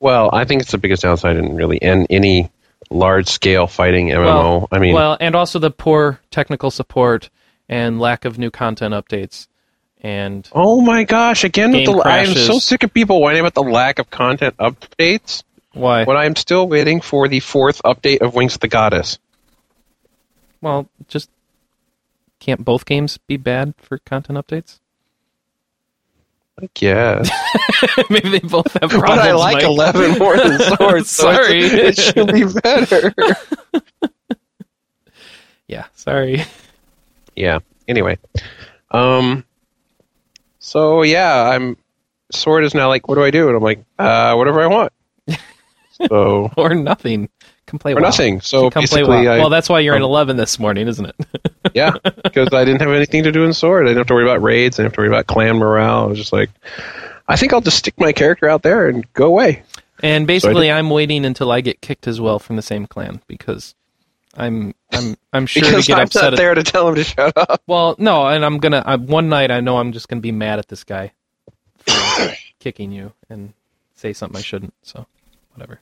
Well, I think it's the biggest downside in really in any large scale fighting MMO.
Well,
I mean,
well, and also the poor technical support and lack of new content updates and
oh my gosh! Again, with
Game
the, I am
crashes.
so sick of people whining about the lack of content updates.
why.
When I'm still waiting for the fourth update of Wings of the Goddess.
Well, just can't both games be bad for content updates?
I guess,
Maybe they both have problems.
but I like
Mike.
eleven more than Swords. so it's-
Sorry.
it should be better.
Yeah, sorry.
yeah. Anyway, um, so yeah, I'm Sword is now like, what do I do? And I'm like, uh, whatever I want. So.
or nothing. Can play
or
WoW.
nothing. So
Come play
basically,
WoW.
I,
well, that's why you're in
um,
eleven this morning, isn't it?
yeah, because I didn't have anything to do in Sword. I didn't have to worry about raids. I didn't have to worry about clan morale. I was just like, I think I'll just stick my character out there and go away.
and basically, I'm waiting until I get kicked as well from the same clan because I'm I'm I'm sure to
because
get
I'm
upset.
not
at-
there to tell him to shut up.
well, no, and I'm gonna. I, one night, I know I'm just gonna be mad at this guy for kicking you and say something I shouldn't. So, whatever.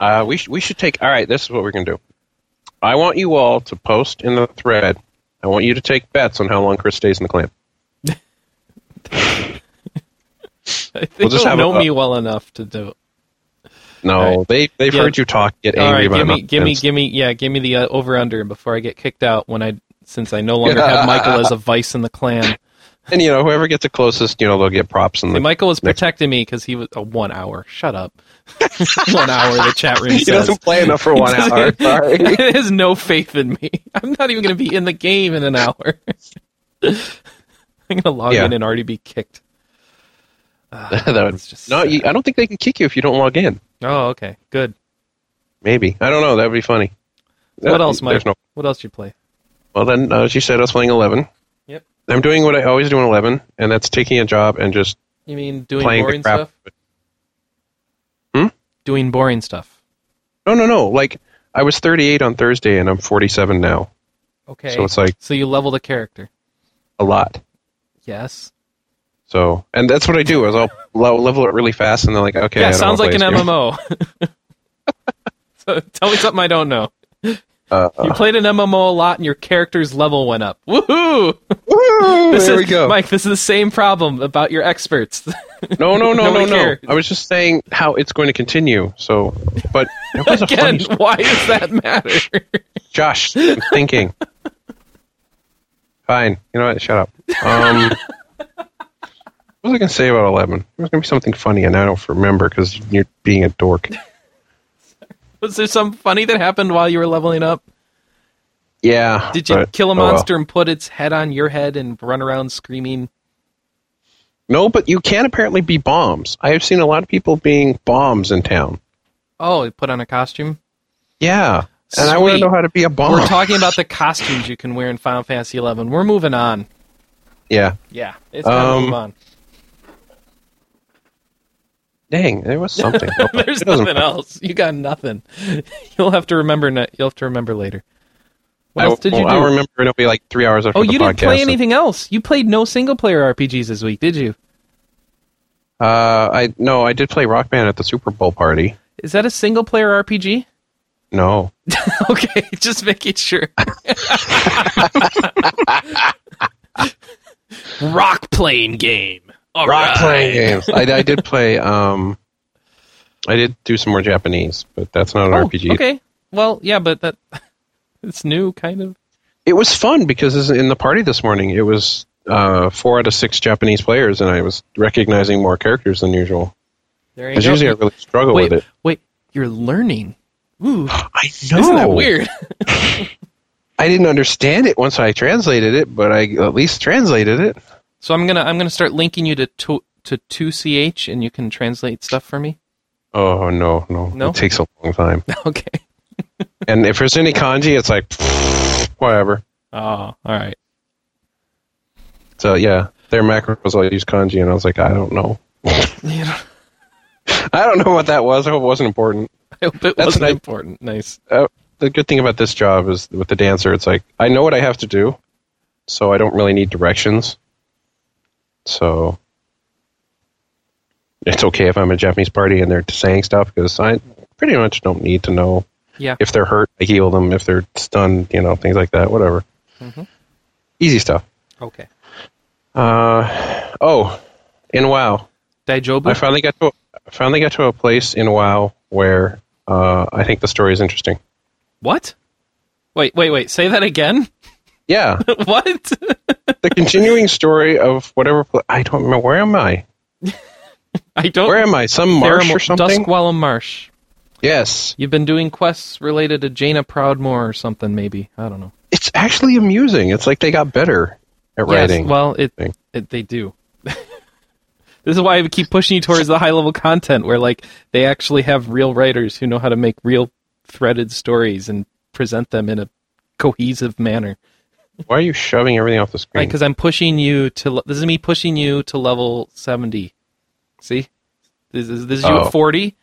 Uh, we, sh- we should take. All right, this is what we're going to do. I want you all to post in the thread. I want you to take bets on how long Chris stays in the clan.
I think
We'll
you'll
just have
know
a- uh,
me well enough to do. It.
No,
All
they, they've
Yeah.
heard you talk, get
All
angry
right,
about
give
it.
me, give me, give me, yeah, give me the uh, over under before I get kicked out. When I since I no longer have Michael as a vice in the clan,
And, you know, whoever gets the closest, you know, they'll get props. And
See,
the,
Michael was
next-
protecting me because he was a one hour. Shut up, one hour. The chat room
he
says
doesn't play enough for one hour. Sorry.
it has no faith in me. I'm not even going to be in the game in an hour. I'm going to log
Yeah.
in and already be kicked.
that would,
It's just
no, you,
sad.
I don't think they can kick you if you don't log in.
Oh, okay, good.
Maybe. I don't know. That would be funny.
What else,
Mike?
Mike? What else you play?
Well, then, uh, as you said, I was playing 11.
Yep.
I'm doing what I always do in 11, and that's taking a job and just
You mean doing
playing
boring
the crap.
stuff?
Hmm?
Doing boring stuff.
No, no, no. Like, I was 38 on Thursday, and I'm 47 now.
Okay.
So it's like
So you level the character.
a lot.
Yes.
So, and that's what I do is I'll le- level it really fast, and then like, okay,
Yeah,
I don't
sounds
wanna
like an
play this game.
MMO. so tell me something I don't know.
Uh,
You played an MMO a lot and your character's level went up. Woohoo!
woo,
This
there
is,
we go.
Mike, this is the same problem about your experts.
no, no, no, no,
Nobody
no.
cares.
I was just saying how it's going to continue. So, but it was a
Again,
funny.
why does that matter?
Josh, I'm thinking. Fine. You know what? Shut up. Um, what was I going to say about 11? There was going to be something funny, and I don't remember because you're being a dork.
Was there some funny that happened while you were leveling up?
Yeah.
Did you
but-
kill a
oh well.
monster and put its head on your head and run around screaming?
No, but you can apparently be bombs. I have seen a lot of people being bombs in town.
Oh, it put on a costume?
Yeah. And I want to
Sweet.
know how to be a bomb.
We're talking about the costumes you can wear in Final Fantasy XI. We're moving on.
yeah.
Yeah, it's time
Um,
to move on.
Dang, there was something.
There's
It doesn't-
nothing else. You got nothing. You'll have to remember. Ne- you'll have to remember later. What else did you do?
I remember it'll be like three hours after
oh,
the
you didn't
podcast.
play anything else. You played no single player RPGs this week, did you?
Uh, I no, I did play Rock Band at the Super Bowl party.
Is that a single player RPG?
No,
Okay, just making sure. Rock playing game. All right.
rock playing games. I, I did play. Um, I did do some more Japanese, but that's not an
Oh,
RPG.
Okay. Well, yeah, but that it's new, kind of.
It was fun because in the party this morning, it was uh, four out of six Japanese players, and I was recognizing more characters than usual.
There you
Because
go.
usually I really struggle
wait,
with it.
wait, you're learning. Ooh,
I
isn't that weird?
I didn't understand it once I translated it, but I at least translated it.
So I'm gonna I'm gonna start linking you to to, to two ch, and you can translate stuff for me.
Oh no, no,
No?
it takes a long time.
Okay.
and if there's any kanji, it's like whatever.
Oh, all right.
So yeah, their macros all use kanji, and I was like, I don't know,
You know,
I don't know what that was. I hope it wasn't important.
I hope it
That's
wasn't
nice.
important. Nice.
Uh, the good thing about this job is with the dancer, it's like I know what I have to do, so I don't really need directions. So it's okay if I'm at a Japanese party and they're saying stuff because I pretty much don't need to know
Yeah.
if they're hurt. I heal them. If they're stunned, you know, things like that. Whatever.
Mhm.
Easy stuff.
Okay.
Uh, oh, in WoW,
Daijobu.
I finally got to I finally got to a place in WoW where uh, I think the story is interesting.
what? Wait, wait, wait. Say that again.
Yeah,
what?
the continuing story of whatever. Pl- I don't remember where am I.
I don't.
Where am I? Some marsh or
Theramore-
something?
Duskwallow Marsh.
Yes,
You've been doing quests related to Jaina Proudmore or something, maybe. I don't know.
it's actually amusing. It's like they got better at writing.
Yes, well, it,
Thing.
it they do. this is why I keep pushing you towards the high level content where like they actually have real writers who know how to make real threaded stories and present them in a cohesive manner.
Why are you shoving everything off the screen?
Because I'm pushing you to le- this is me pushing you to level 70. See? This is this is you
Oh.
at 40,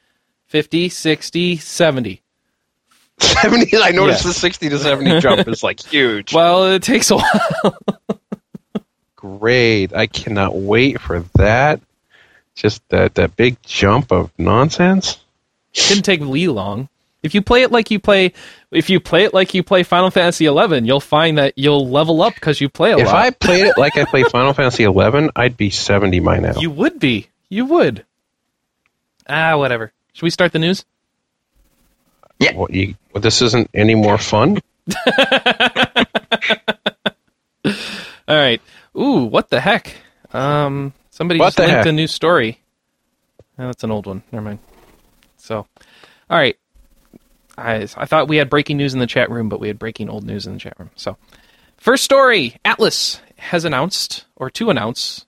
50, 60, 70.
Seventy. I noticed
Yeah.
the sixty to seventy jump is like huge.
Well, it takes a while.
Great! I cannot wait for that. Just that that big jump of nonsense.
didn't take Lee long. If you play it like you play, if you play it like you play Final Fantasy eleven, you'll find that you'll level up because you play a
if
lot.
I played it like I play Final Fantasy eleven, I'd be seventy by now.
you would be, you would. Ah, whatever. Should we start the news?
Well, you- well, this isn't any more fun.
All right. Ooh, what the heck? Um, somebody
What
just
the
linked
heck?
a new story. Oh, that's an old one. Never mind. So, all right. I I thought we had breaking news in the chat room, but we had breaking old news in the chat room. So, first story: Atlas has announced, or to announce.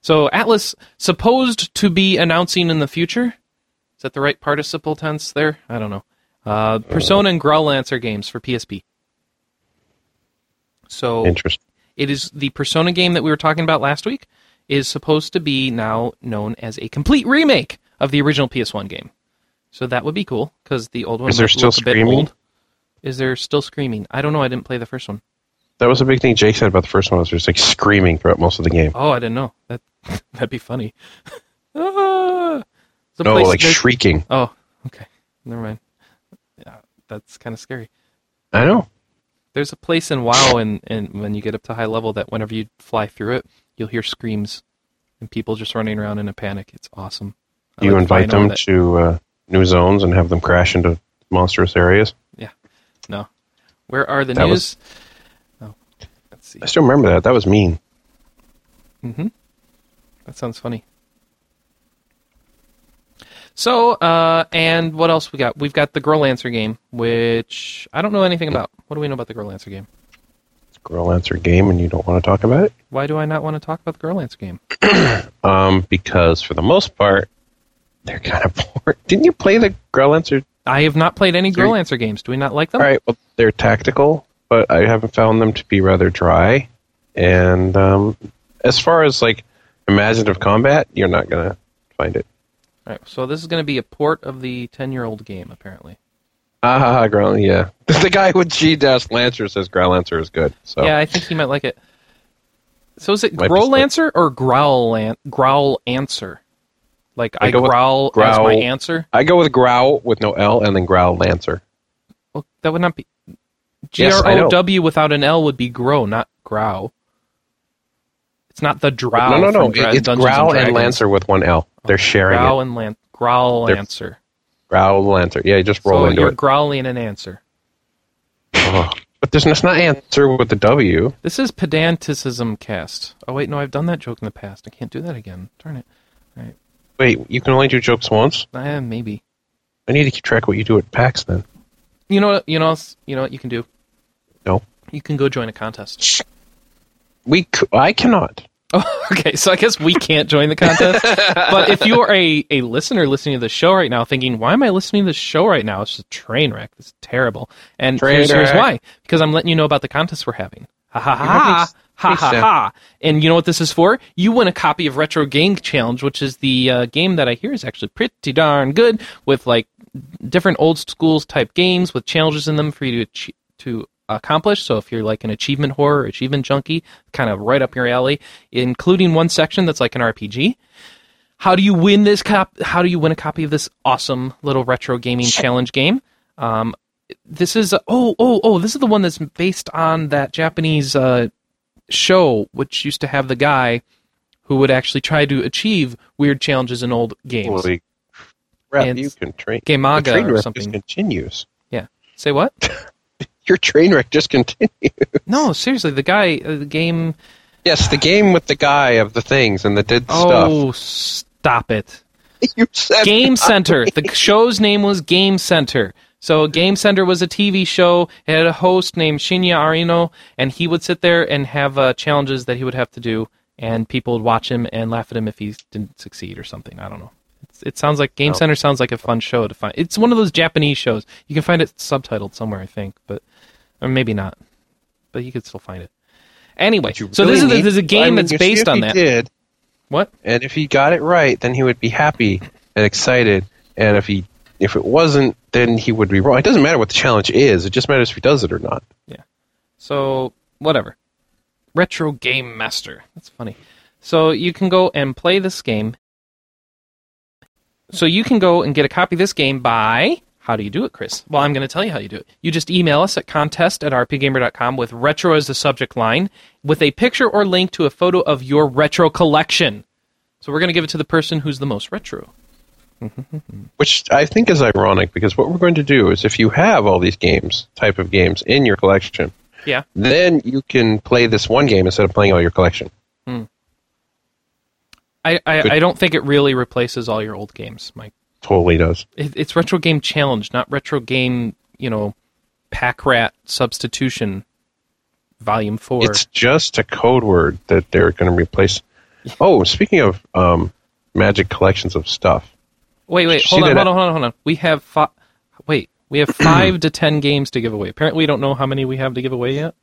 So, Atlas supposed to be announcing in the future. Is that the right participle tense there? I don't know. Uh, Persona and Growl Lancer games for PSP. So
Interesting.
it is the Persona game that we were talking about last week is supposed to be now known as a complete remake of the original PS1 game. So that would be cool because the old one
Is there
might
still
look a bit
screaming?
old. Is there still screaming? I don't know. I didn't play the first one.
That was a big thing Jake said about the first one. Was there's like screaming throughout most of the game.
Oh, I didn't know. That that'd be funny. Ah! Some
No,
place-
Oh, like
there's-
shrieking.
Oh, okay. Never mind. Yeah, that's kind of scary.
I know.
There's a place in WoW, and, and when you get up to high level, that whenever you fly through it, you'll hear screams and people just running around in a panic. It's awesome. I
you
like
invite
playing all
them
that.
to uh, new zones and have them crash into monstrous areas.
No. Where are the
That
news?
was-
Oh, let's see.
I still remember that. That was mean.
Mm-hmm. That sounds funny. So, uh, and what else we got? We've got the Girl Lancer game, which I don't know anything about. What do we know about the Girl Lancer game?
It's a girl answer game, and you don't want to talk about it
Why do I not want to talk about the Girl Lancer game?
um, because for the most part, they're kind of boring. Didn't you play the girl answer?
I have not played any
Three.
Girl Lancer games. Do we not like them?
All right, well, they're tactical, but I haven't found them to be rather dry. And um, as far as like imaginative combat, you're not gonna find it.
All right, so this is going to be a port of the 10-year-old game, apparently.
Ah, ha, ha, girl, yeah. the guy with G dash Lancer says Growl Lancer is good. So
Yeah, I think he might like it. So is it
Oh. Might be
Growl
slick.
Lancer or Growl Lan- Growl Answer? Like I,
I go with
growl, as
growl.
my answer?
I go with Growl with no L and then Growl Lancer.
Well, that would not be...
Yes, I know.
G-R-O-W without an L would be grow, not growl. It's not the drow.
no, no, no.
from Dra-
It- it's
Dungeons
Growl and,
Dragons.
Lancer with one L. They're sharing
Growl
it.
and Lan- Growl
They're-
Lancer.
Growl Lancer. Yeah, you just roll
so
into
you're
it.
growling an answer.
Ugh. But there's it's not answer with the W.
This is pedanticism cast. Oh wait, no, I've done that joke in the past. I can't do that again. Darn it.
Wait, you can only do jokes once.
Eh, maybe.
I need to keep track of what you do at PAX then.
You know what? You know. else- You know what you can do.
No.
You can go join a contest.
We c- I cannot.
Oh, okay. So I guess we can't join the contest. but if you are a, a listener listening to the show right now, thinking, "Why am I listening to the show right now? It's just a train wreck. This is terrible." And
Train
here's, here's
wreck.
why: because I'm letting you know about the contest we're having. Ha ha ha
know
ha
these-
ha
these
ha
sound-
ha! And you know what this is for? You win a copy of Retro Game Challenge, which is the uh, game that I hear is actually pretty darn good with like different old schools type games with challenges in them for you to ach- to accomplish. So if you're like an achievement horror, achievement junkie, kind of right up your alley, including one section that's like an RPG. How do you win this cop? How do you win a copy of this awesome little retro gaming challenge game? Um, this is oh oh oh this is the one that's based on that Japanese uh, show which used to have the guy who would actually try to achieve weird challenges in old games.
Holy crap!
And
you can train. the
Gemaga
train
or
wreck
something.
just continues.
Say what?
Your train wreck just continues.
No, seriously, the guy, uh, the game.
Yes, the game with the guy of the things and the dead
Oh, stop it!
stuff. You said
Game Center. The show's name was Game Center. So Game Center was a TV show. It had a host named Shinya Arino, and he would sit there and have uh, challenges that he would have to do, and people would watch him and laugh at him if he didn't succeed or something. I don't know. It's, it sounds like Game
Oh.
Center sounds like a fun show to find. It's one of those Japanese shows. You can find it subtitled somewhere, I think, but or maybe not. But you could still find it. Anyway,
You
so
really
this is a,
need-
this is a game
I mean,
that's
you see
based
if
on
he
that.
Did,
What?
and if he got it right, then he would be happy and excited. And if he If it wasn't, then he would be wrong. It doesn't matter what the challenge is; it just matters if he does it or not.
So, whatever. Retro Game Master. That's funny. So, you can go and play this game. So, you can go and get a copy of this game by. How do you do it, Chris? Well, I'm going to tell you how you do it. You just email us at contest at rpgamer.com with retro as the subject line with a picture or link to a photo of your retro collection. So, we're going to give it to the person who's the most retro.
Which I think is ironic because what we're going to do is, if you have all these games, type of games in your collection,
Yeah.
then you can play this one game instead of playing all your collection.
I, I,
Good.
I don't think it really replaces all your old games, Mike.
Totally does.
it, it's retro game challenge, not retro game, you know, pack rat substitution, volume four.
It's just a code word that they're going to replace. Oh, speaking of um, magic collections of stuff,
wait, wait,
see
hold on,
that-
hold on, hold on, hold on. We have five. Wait, we have five to ten games to give away. Apparently, we don't know how many we have to give away yet.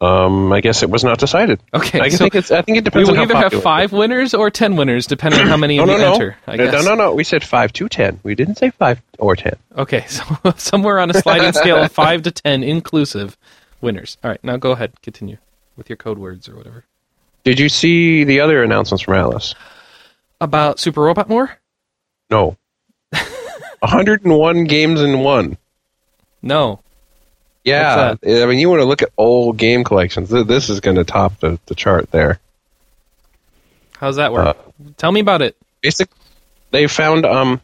um, I guess it was not decided.
Okay,
I
so
think it's. I think it
we
depends
will
on
either
how
have
popular- Oh,
five winners or ten winners, depending on how many
No,
we
no, no.
enter. I
no,
guess.
no, no, no. We said five to ten. We didn't say five or ten.
Okay, so somewhere on a sliding scale of five to ten, inclusive, winners. All right, now go ahead, continue with your code words or whatever
Did you see the other announcements from Alice?
about Super Robot More.
No. 101 games in one.
No,
Yeah,
What's
I mean, you want to look at old game collections. Th- This is going to top the, the chart there. Uh,
How's that work? Tell me about it.
Basic, they found um,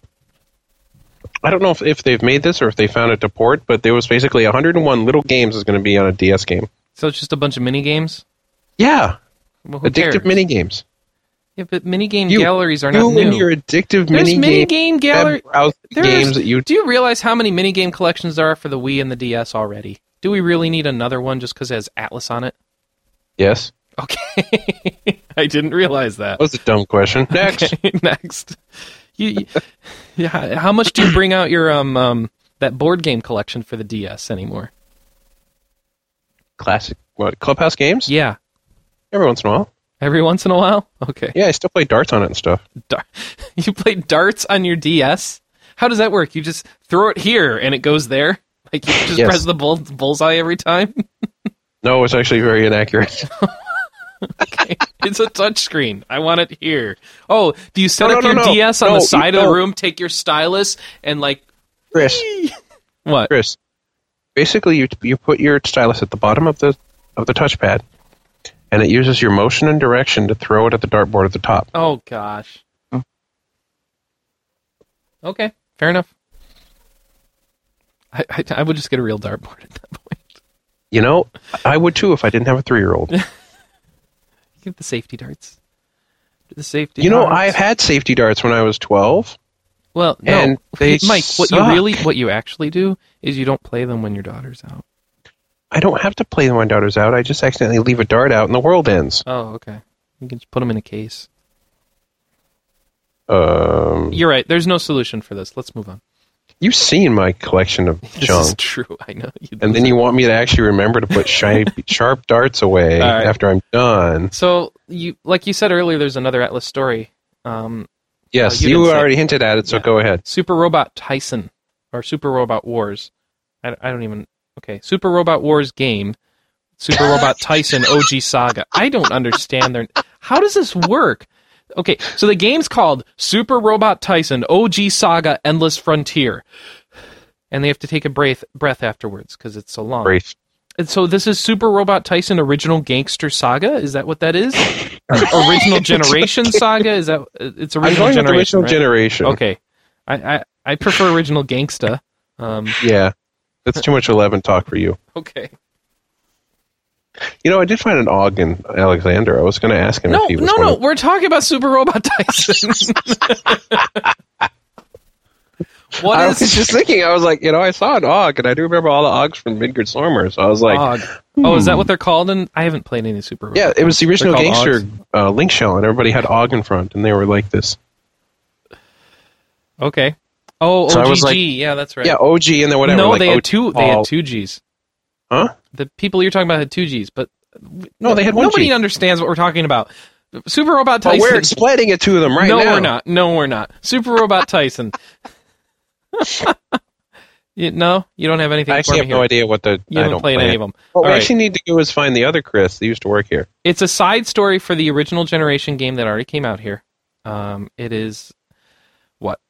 I don't know if, if they've made this or if they found it to port, but there was basically 101 little games is going to be on a DS game.
So it's just a bunch of mini games.
Yeah,
Well, who
addictive
cares?
mini games.
Yeah, but mini game
You-
galleries are
You
not
and
new.
your addictive
There's
mini
mini game gallery.
browse
There's-
games that you
Do you realize how many mini game collections there are for the Wii and the DS already? Do we really need another one just because it has Atlas on it?
yes.
Okay, I didn't realize that.
That was a dumb question. Next,
Okay, next. You, you- yeah, how much do you bring out your um um that board game collection for the DS anymore?
classic what clubhouse games?
Yeah,
Every once in a while.
every once in a while. Okay.
Yeah, I still play darts on it and stuff.
Dar- you play darts on your DS? How does that work? You just throw it here and it goes there? Like you just
Yes.
press the bull- bullseye every time?
No, it's actually very inaccurate.
Okay. it's a touchscreen. I want it here. Oh, do you set
No,
up
no,
your
no, no.
DS on
No,
the
you-
side of
no.
the room, take your stylus and like
Chris,
what?
Chris, basically you you put your stylus at the bottom of the of the touchpad, and it uses your motion and direction to throw it at the dartboard at the top.
Oh gosh. Okay, fair enough. I, I, I would just get a real dartboard at that point.
You know, I would too if I didn't have a three year old.
Get the safety darts. The safety.
You know,
darts.
I've had safety darts when I was twelve.
Well, no,
And they
Mike. What you
suck.
really, what you actually do is you don't play them when your daughter's out.
I don't have to play when my daughter's out. I just accidentally leave a dart out, and the world ends.
Oh, okay. You can just put them in a case.
Um,
You're right. There's no solution for this. Let's move on.
you've seen my collection of
This is
junk,
true. I know. You
and then you want me to actually remember to put shiny, sharp darts away
All right.
after I'm done.
So you, like you said earlier, there's another Atlas story. Um,
Yes,
you
you,
didn't say-
already hinted at it, so
Yeah.
go ahead.
Super Robot Tyson or Super Robot Wars. I, I don't even. Okay, Super Robot Wars game. Super Robot Tyson OG Saga. I don't understand their. How does this work? Okay, so the game's called Super Robot Tyson OG Saga Endless Frontier, and they have to take a breath breath afterwards because it's so long.
Brief.
And so this is Super Robot Tyson Original Gangster Saga. Is that what that is? Or original Generation Saga. Is that it's
I'm
original
going with
generation?
original
right?
generation.
Okay. I, I, I prefer original gangsta. Um,
Yeah, that's too much eleven talk for you.
okay.
You know, I did find an Og in Alexander. I was going to ask him
No,
if he was
no,
one
no.
of-
We're talking about Super Robot Tyson.
I
what
was
is
just thinking. I was like, you know, I saw an Og, and I do remember all the Ogs from Midgard Stormer. So I was like,
Og? Oh, is that what they're called? And I haven't played any Super. Robot.
yeah, it was the original
They're called
gangster uh, Link Shell, and everybody had Og in front, and they were like this.
Okay. Oh, OGG.
So I was like-
yeah, that's right.
Yeah, OG, and then whatever.
no,
like
they had
OG
two. They had
Paul.
two Gs.
Huh?
The people you're talking about had two Gs, but
No, they had one.
nobody
G.
understands what we're talking about. Super Robot
But
Tyson.
we're explaining it to them right
no,
now.
we're not. No, we're not. Super Robot Tyson. You, no, you don't have anything.
I
for
actually
me
have no
here.
idea what the.
You
I
haven't
don't
played
play
any
it.
of them.
What we
All right.
actually need to do is find the other Chris that used to work here.
It's a side story for the original generation game that already came out here. Um, it is what?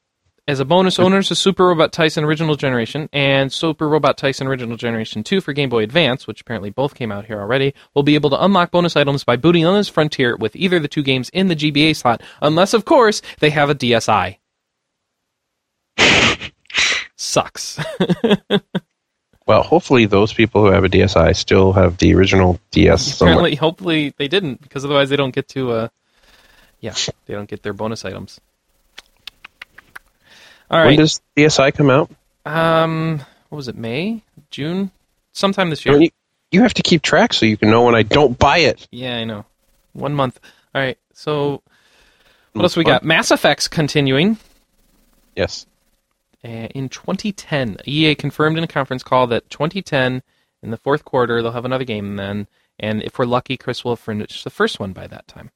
As a bonus, owners of Super Robot Tyson Original Generation and Super Robot Tyson Original Generation 2 for Game Boy Advance, which apparently both came out here already, will be able to unlock bonus items by booting on this frontier with either of the two games in the GBA slot, unless, of course, they have a DSi. Sucks.
Well, hopefully those people who have a DSi still have the original DS somewhere.
Apparently, hopefully they didn't, because otherwise they don't get to. Uh, yeah, they don't get their bonus items. All
When
right.
does DSi come out?
um, what was it? May, June, sometime this
Don't
year.
You, you have to keep track so you can know when I don't buy it.
Yeah, I know. One month. All right. So what else we got? Mass Effects continuing.
Yes.
Uh, in 2010, EA confirmed in a conference call that 2010, in the fourth quarter, they'll have another game then. And if we're lucky, Chris will have finished the first one by that time.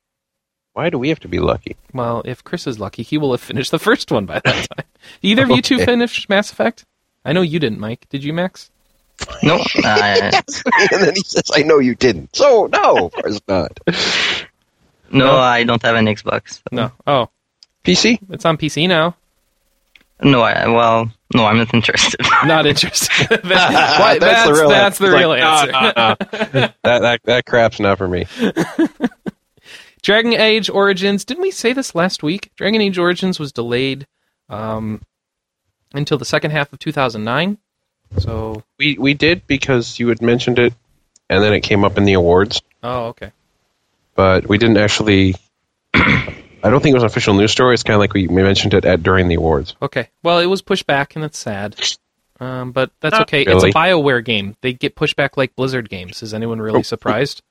Why do we have to be lucky?
Well, if Chris is lucky, he will have finished the first one by that time. Either of you two
Okay.
finish Mass Effect? I know you didn't, Mike. Did you, Max?
No, I,
and then he says, "I know you didn't." So no, of course not.
no, I don't have an Xbox.
No. Oh,
PC.
it's on PC now.
No, I, well, no, I'm not interested.
Not interested. That- why-
That's the real
that's the
answer.
real
Like,
answer.
That that that crap's not for me.
Dragon Age Origins. Didn't we say this last week? Dragon Age Origins was delayed um, until the second half of 2009. So,
We we did because you had mentioned it, and then it came up in the awards,
oh, okay.
but we didn't actually. I don't think it was an official news story. It's kind of like we we mentioned it at during the awards.
Okay. Well, it was pushed back, and that's sad. Um, but that's
Not
okay. It's
really.
a BioWare game. They get pushed back like Blizzard games. Is anyone
Oh.
really surprised?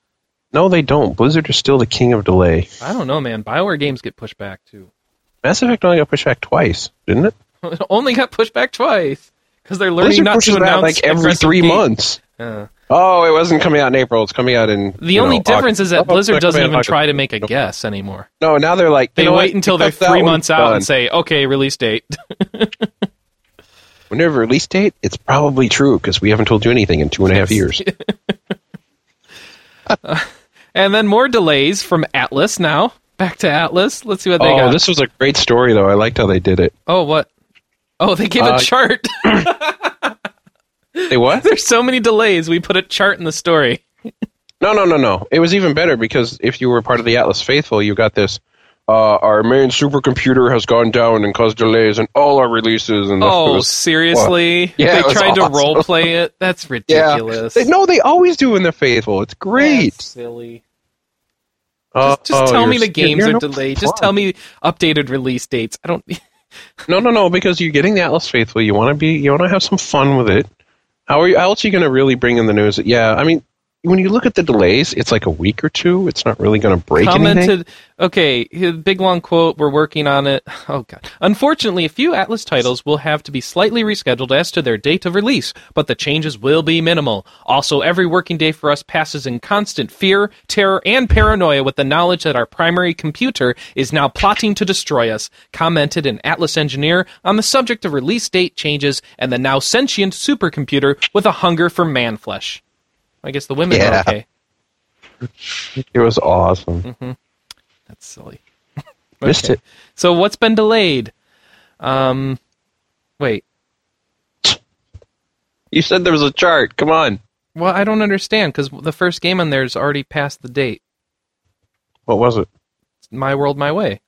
No, they don't. Blizzard is still the king of delay.
I don't know, man. Bioware games get pushed back too.
Mass Effect only got pushed back twice, didn't it?
It only got pushed back twice because they're learning
Blizzard
not
pushes
to
it out
announce
like every
aggressive
three
date.
months.
Uh,
Oh, it wasn't coming out in April. It's coming out in.
the
you
only
know,
difference
August.
is that
Oh,
Blizzard
it's not
doesn't
coming out in
even
August.
try to make a guess anymore.
No, now they're like
They
you know
wait
what?
until they're
Because that
three
one's
months out
done.
and say, "Okay, release date."
When you have a release date, it's probably true because we haven't told you anything in two and a half years.
and then more delays from Atlas. Now back to Atlas. Let's see what they
oh,
got.
this was a great story though. I liked how they did it.
Oh, what? Oh, they gave
Uh,
a chart.
They what?
There's so many delays. We put a chart in the story.
No, no, no, no. It was even better because if you were part of the Atlas faithful, you got this. Uh, our main supercomputer has gone down and caused delays in all our releases. And it
Oh,
was-
seriously?
Yeah,
they
it was
tried to
awesome.
role play it. That's
yeah.
ridiculous.
They- no, they always do in the faithful. It's great.
That's silly.
Oh,
Just, just tell
you're-
me the games
you're
are
no
delayed. Just
fun.
tell me updated release dates. I don't.
No, no, no. Because you're getting the Atlas faithful. You want to be. You want to have some fun with it. How are you? How else are you going to really bring in the news? Yeah, I mean, when you look at the delays, it's like a week or two. It's not really going to break anything.
commented. Okay, here- big long quote. We're working on it. Oh god. Unfortunately, a few Atlas titles will have to be slightly rescheduled as to their date of release, but the changes will be minimal. Also, every working day for us passes in constant fear, terror, and paranoia with the knowledge that our primary computer is now plotting to destroy us. Commented an Atlas engineer on the subject of release date changes and the now sentient supercomputer with a hunger for man flesh. I guess the women
Yeah.
are okay.
It was awesome.
That's silly.
Missed
Mm-hmm. Okay.
it.
So what's been delayed? Um, wait.
You said there was a chart. Come on.
Well, I don't understand because the first game on there is already past the date.
What was it? Oh.
It's My World, My Way.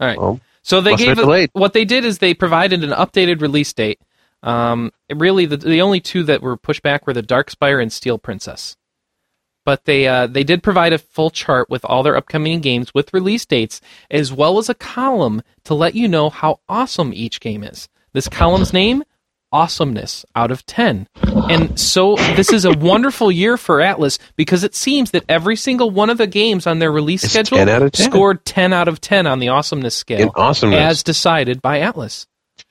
All right.
Well,
so they
must
gave
have been delayed.
what they did is they provided an updated release date. Um, it really, the, the only two that were pushed back were the Dark Spire and Steel Princess. But they uh, they did provide a full chart with all their upcoming games with release dates, as well as a column to let you know how awesome each game is. This column's name, awesomeness out of 10. And so this is a wonderful year for Atlas because it seems that every single one of the games on their release
It's
schedule
10 out of 10.
scored 10 out of 10 on the awesomeness scale
In awesomeness.
as decided by Atlas.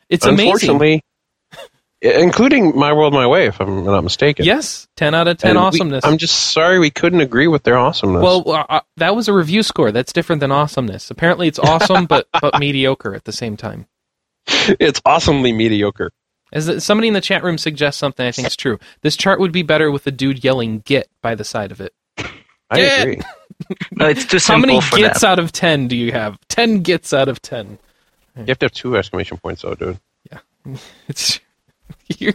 It's amazing.
Unfortunately, i- including My World, My Way, if I'm not mistaken.
Yes, 10 out of 10
And we-
awesomeness.
I'm just sorry we couldn't agree with their awesomeness.
well, uh, uh, that was a review score. That's different than awesomeness. Apparently, it's awesome, but but mediocre at the same time.
it's awesomely mediocre.
As the- somebody in the chat room suggests something, I think is true. This chart would be better with a dude yelling "get" by the side of it.
I
Yeah.
agree.
No, it's too
How
simple
many
for
gets
that.
out of ten do you have? Ten gets out of ten.
You have to have two exclamation points, though, dude.
It's you're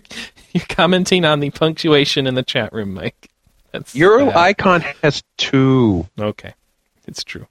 you're commenting on the punctuation in the chat room, Mike. That's
Euro
bad.
icon has two.
Okay, it's true.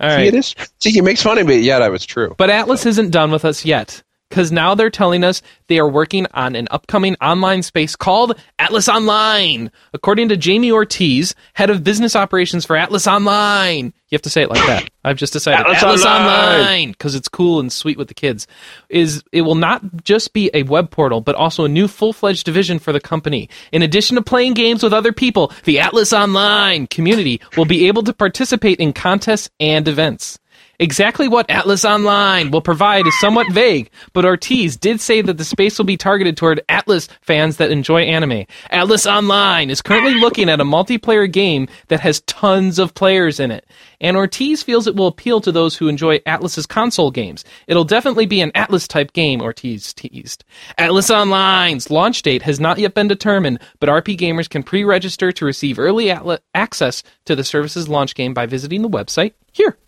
All
See,
right.
it is. See, it makes fun of me. Yeah, that was true.
But Atlas isn't done with us yet, because now they're telling us they are working on an upcoming online space called Atlas Online. According to Jamie Ortiz, head of business operations for Atlas Online. You have to say it like that. I've just decided
Atlas Online!
because it's cool and sweet with the kids. Is it will not just be a web portal, but also a new full-fledged division for the company. In addition to playing games with other people, the Atlas Online community will be able to participate in contests and events. Exactly what Atlas Online will provide is somewhat vague, but Ortiz did say that the space will be targeted toward Atlas fans that enjoy anime. Atlas Online is currently looking at a multiplayer game that has tons of players in it, and Ortiz feels it will appeal to those who enjoy Atlas's console games. It'll definitely be an Atlas type game, Ortiz teased. Atlas Online's launch date has not yet been determined, but RP gamers can pre register to receive early atla- access to the service's launch game by visiting the website here.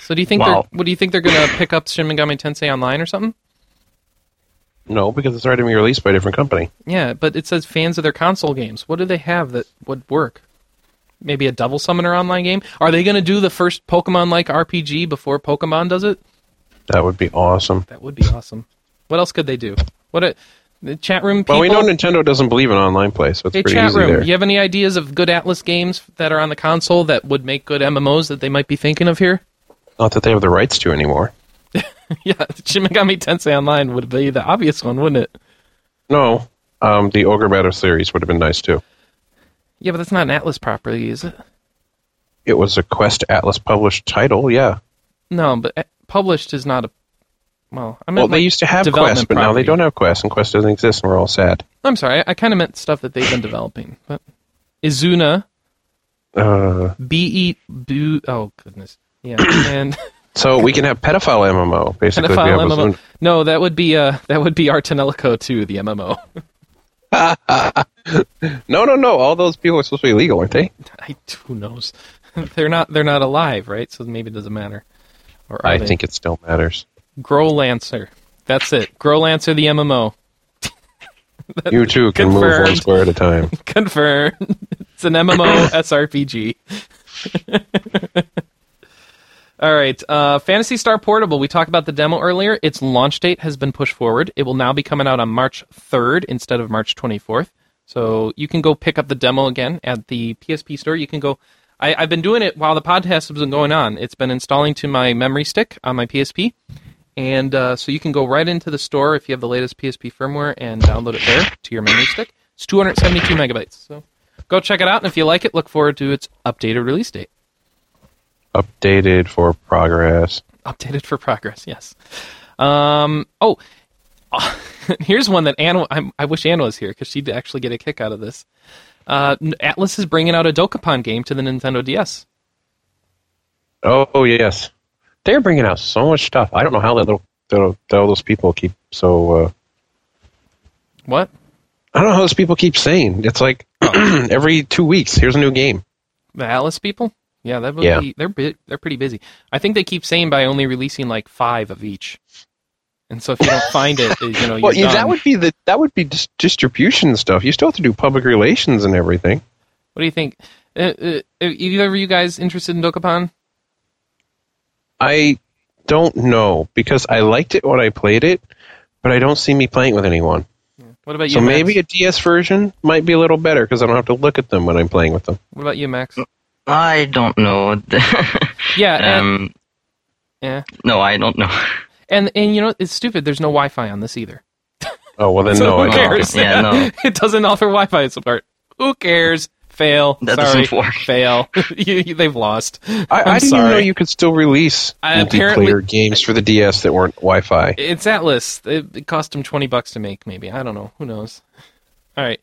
So do you think
Wow.
they're what do you think they're gonna pick up Shin Megami Tensei online or something?
No, because it's already been released by a different company.
Yeah, but it says fans of their console games. What do they have that would work? Maybe a Devil Summoner online game? Are they gonna do the first Pokemon like RPG before Pokemon does it?
That would be awesome.
That would be awesome. What else could they do? What a, the chat room people.
Well, we know Nintendo doesn't believe in online play, so it's
hey,
pretty
chat
easy
room.
there.
You have any ideas of good Atlas games that are on the console that would make good MMOs that they might be thinking of here?
Not that they have the rights to anymore.
yeah, Shin Megami Tensei Online would be the obvious one, wouldn't it?
No, um, the Ogre Battle series would have been nice too.
Yeah, but that's not an Atlas property, is it?
It was a Quest Atlas published title, yeah.
No, but uh, published is not a. Well, I meant
Well, they
like
used to have
development
Quest, but now they
property.
don't have Quest, and Quest doesn't exist, and we're all sad.
I'm sorry, I, I kind of meant stuff that they've been developing. But Izuna,
Uh,
B E B. Oh goodness, yeah, and
so we can have pedophile MMO, basically. if we
pedophile
have a
MMO.
Zune.
No, that would be uh, that would be Artanelico too, the MMO.
No, no, no. All those people are supposed to be legal, aren't they?
I, who knows? they're not they're not alive, right? So maybe it doesn't matter. Or are
I
they?
think it still matters.
Growlancer. That's it. Growlancer, the MMO.
You too can move one
Confirmed.
square at a time.
Confirm. It's an MMO SRPG. All right. Uh, Fantasy Star Portable. We talked about the demo earlier. Its launch date has been pushed forward. It will now be coming out on March 3rd instead of March 24th. So you can go pick up the demo again at the PSP store. You can go. I, I've been doing it while the podcast has been going on. It's been installing to my memory stick on my PSP. And uh, so you can go right into the store if you have the latest PSP firmware and download it there to your memory stick. It's 272 megabytes. So go check it out. And if you like it, look forward to its updated release date.
Updated for progress.
Updated for progress, yes. Um, oh, here's one that Anna, I'm, I wish Anna was here because she'd actually get a kick out of this. Uh, N- Atlas is bringing out a Dokapon game to the Nintendo DS.
Oh, oh, yes. They're bringing out so much stuff. I don't know how that little, little, all those people keep so. Uh,
What?
I don't know how those people keep saying. It's like every two weeks, here's a new game.
The Atlas people? Yeah, that would
Yeah.
be. They're bu- they're pretty busy. I think they keep saying by only releasing like five of each, and so if you don't find it, you know, you're
Well, yeah, that
done.
would be the that would be dis- distribution stuff. You still have to do public relations and everything.
What do you think? Uh, uh, are either of you guys interested in Dokapon?
I don't know because I liked it when I played it, but I don't see me playing with anyone.
What about you?
so
Max?
maybe a DS version might be a little better because I don't have to look at them when I'm playing with them.
What about you, Max?
I don't know.
Yeah, and,
um,
yeah,
no, I don't know.
and and you know it's stupid. There's no Wi-Fi on this either.
Oh well, then
So
no, I
who
don't.
cares?
Yeah, no.
it doesn't offer Wi-Fi support. Who cares? Fail.
That
Sorry,
doesn't work.
fail. you, you- they've lost.
I, I
I'm
didn't even know
sorry.
you could still release
I apparently-
multiplayer games for the DS that weren't Wi-Fi.
It's Atlas. It, it cost them 20 bucks to make, maybe. I don't know. Who knows? All right.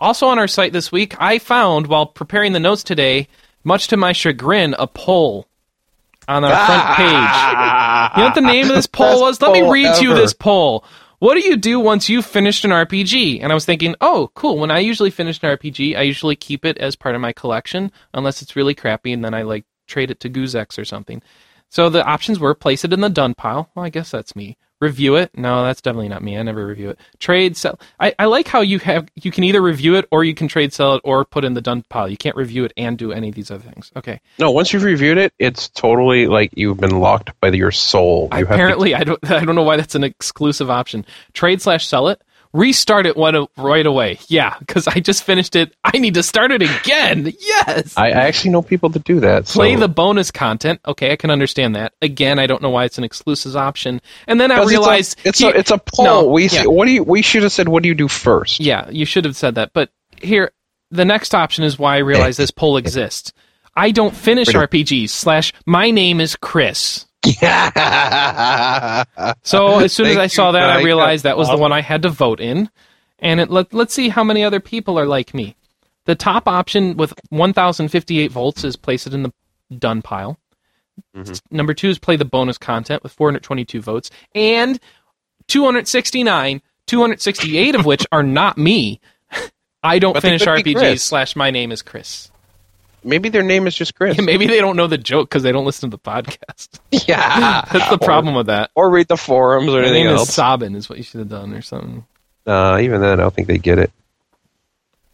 Also on our site this week, I found while preparing the notes today, much to my chagrin, a poll on our front page. You know what the name of this poll
Ah.
was?
Best
Let me
poll
read to you
ever.
this poll. What do you do once you've finished an RPG? And I was thinking, oh, cool. When I usually finish an RPG, I usually keep it as part of my collection, unless it's really crappy, and then I like trade it to Guzex or something. So the options were place it in the done pile. Well, I guess that's me. Review it. No, that's definitely not me. I never review it. Trade sell. I, I like how you have you can either review it or you can trade sell it or put in the done pile. You can't review it and do any of these other things. Okay.
No, once you've reviewed it, it's totally like you've been locked by your soul. You have to,
Apparently, I don't. I don't know why that's an exclusive option. Trade slash sell it. Restart it one, right away. Yeah, because I just finished it. I need to start it again. Yes.
I I actually know people that do that. so-
Play the bonus content. Okay, I can understand that. Again, I don't know why it's an exclusive option. And then I
'Cause it's a-
realized
it's a,
he-
it's a, poll.
No,
we
yeah.
s- what do you, we should have said? What do you do first?
Yeah, you should have said that. But here, the next option is why I realize this poll exists. I don't finish RPGs. Slash, my name is Chris. So as soon as
Uh, Thank
I saw
you,
that, I
Mike.
realized that was the
Awesome.
one I had to vote in. And it, let, let's see how many other people are like me. The top option with 1,058 volts is place it in the done pile.
Mhm.
Number two is play the bonus content with 422 votes. And 269, 268 of which are not me. I don't
But they
finish
could be
RPGs
Chris.
slash my name is Chris.
Maybe their name is just Chris.
Maybe they don't know the joke because they don't listen to the podcast.
yeah,
That's the problem with that.
Or read the forums or
My
anything
name is
else.
Sabin is what you should have done or something.
Uh, even then, I don't think they get it.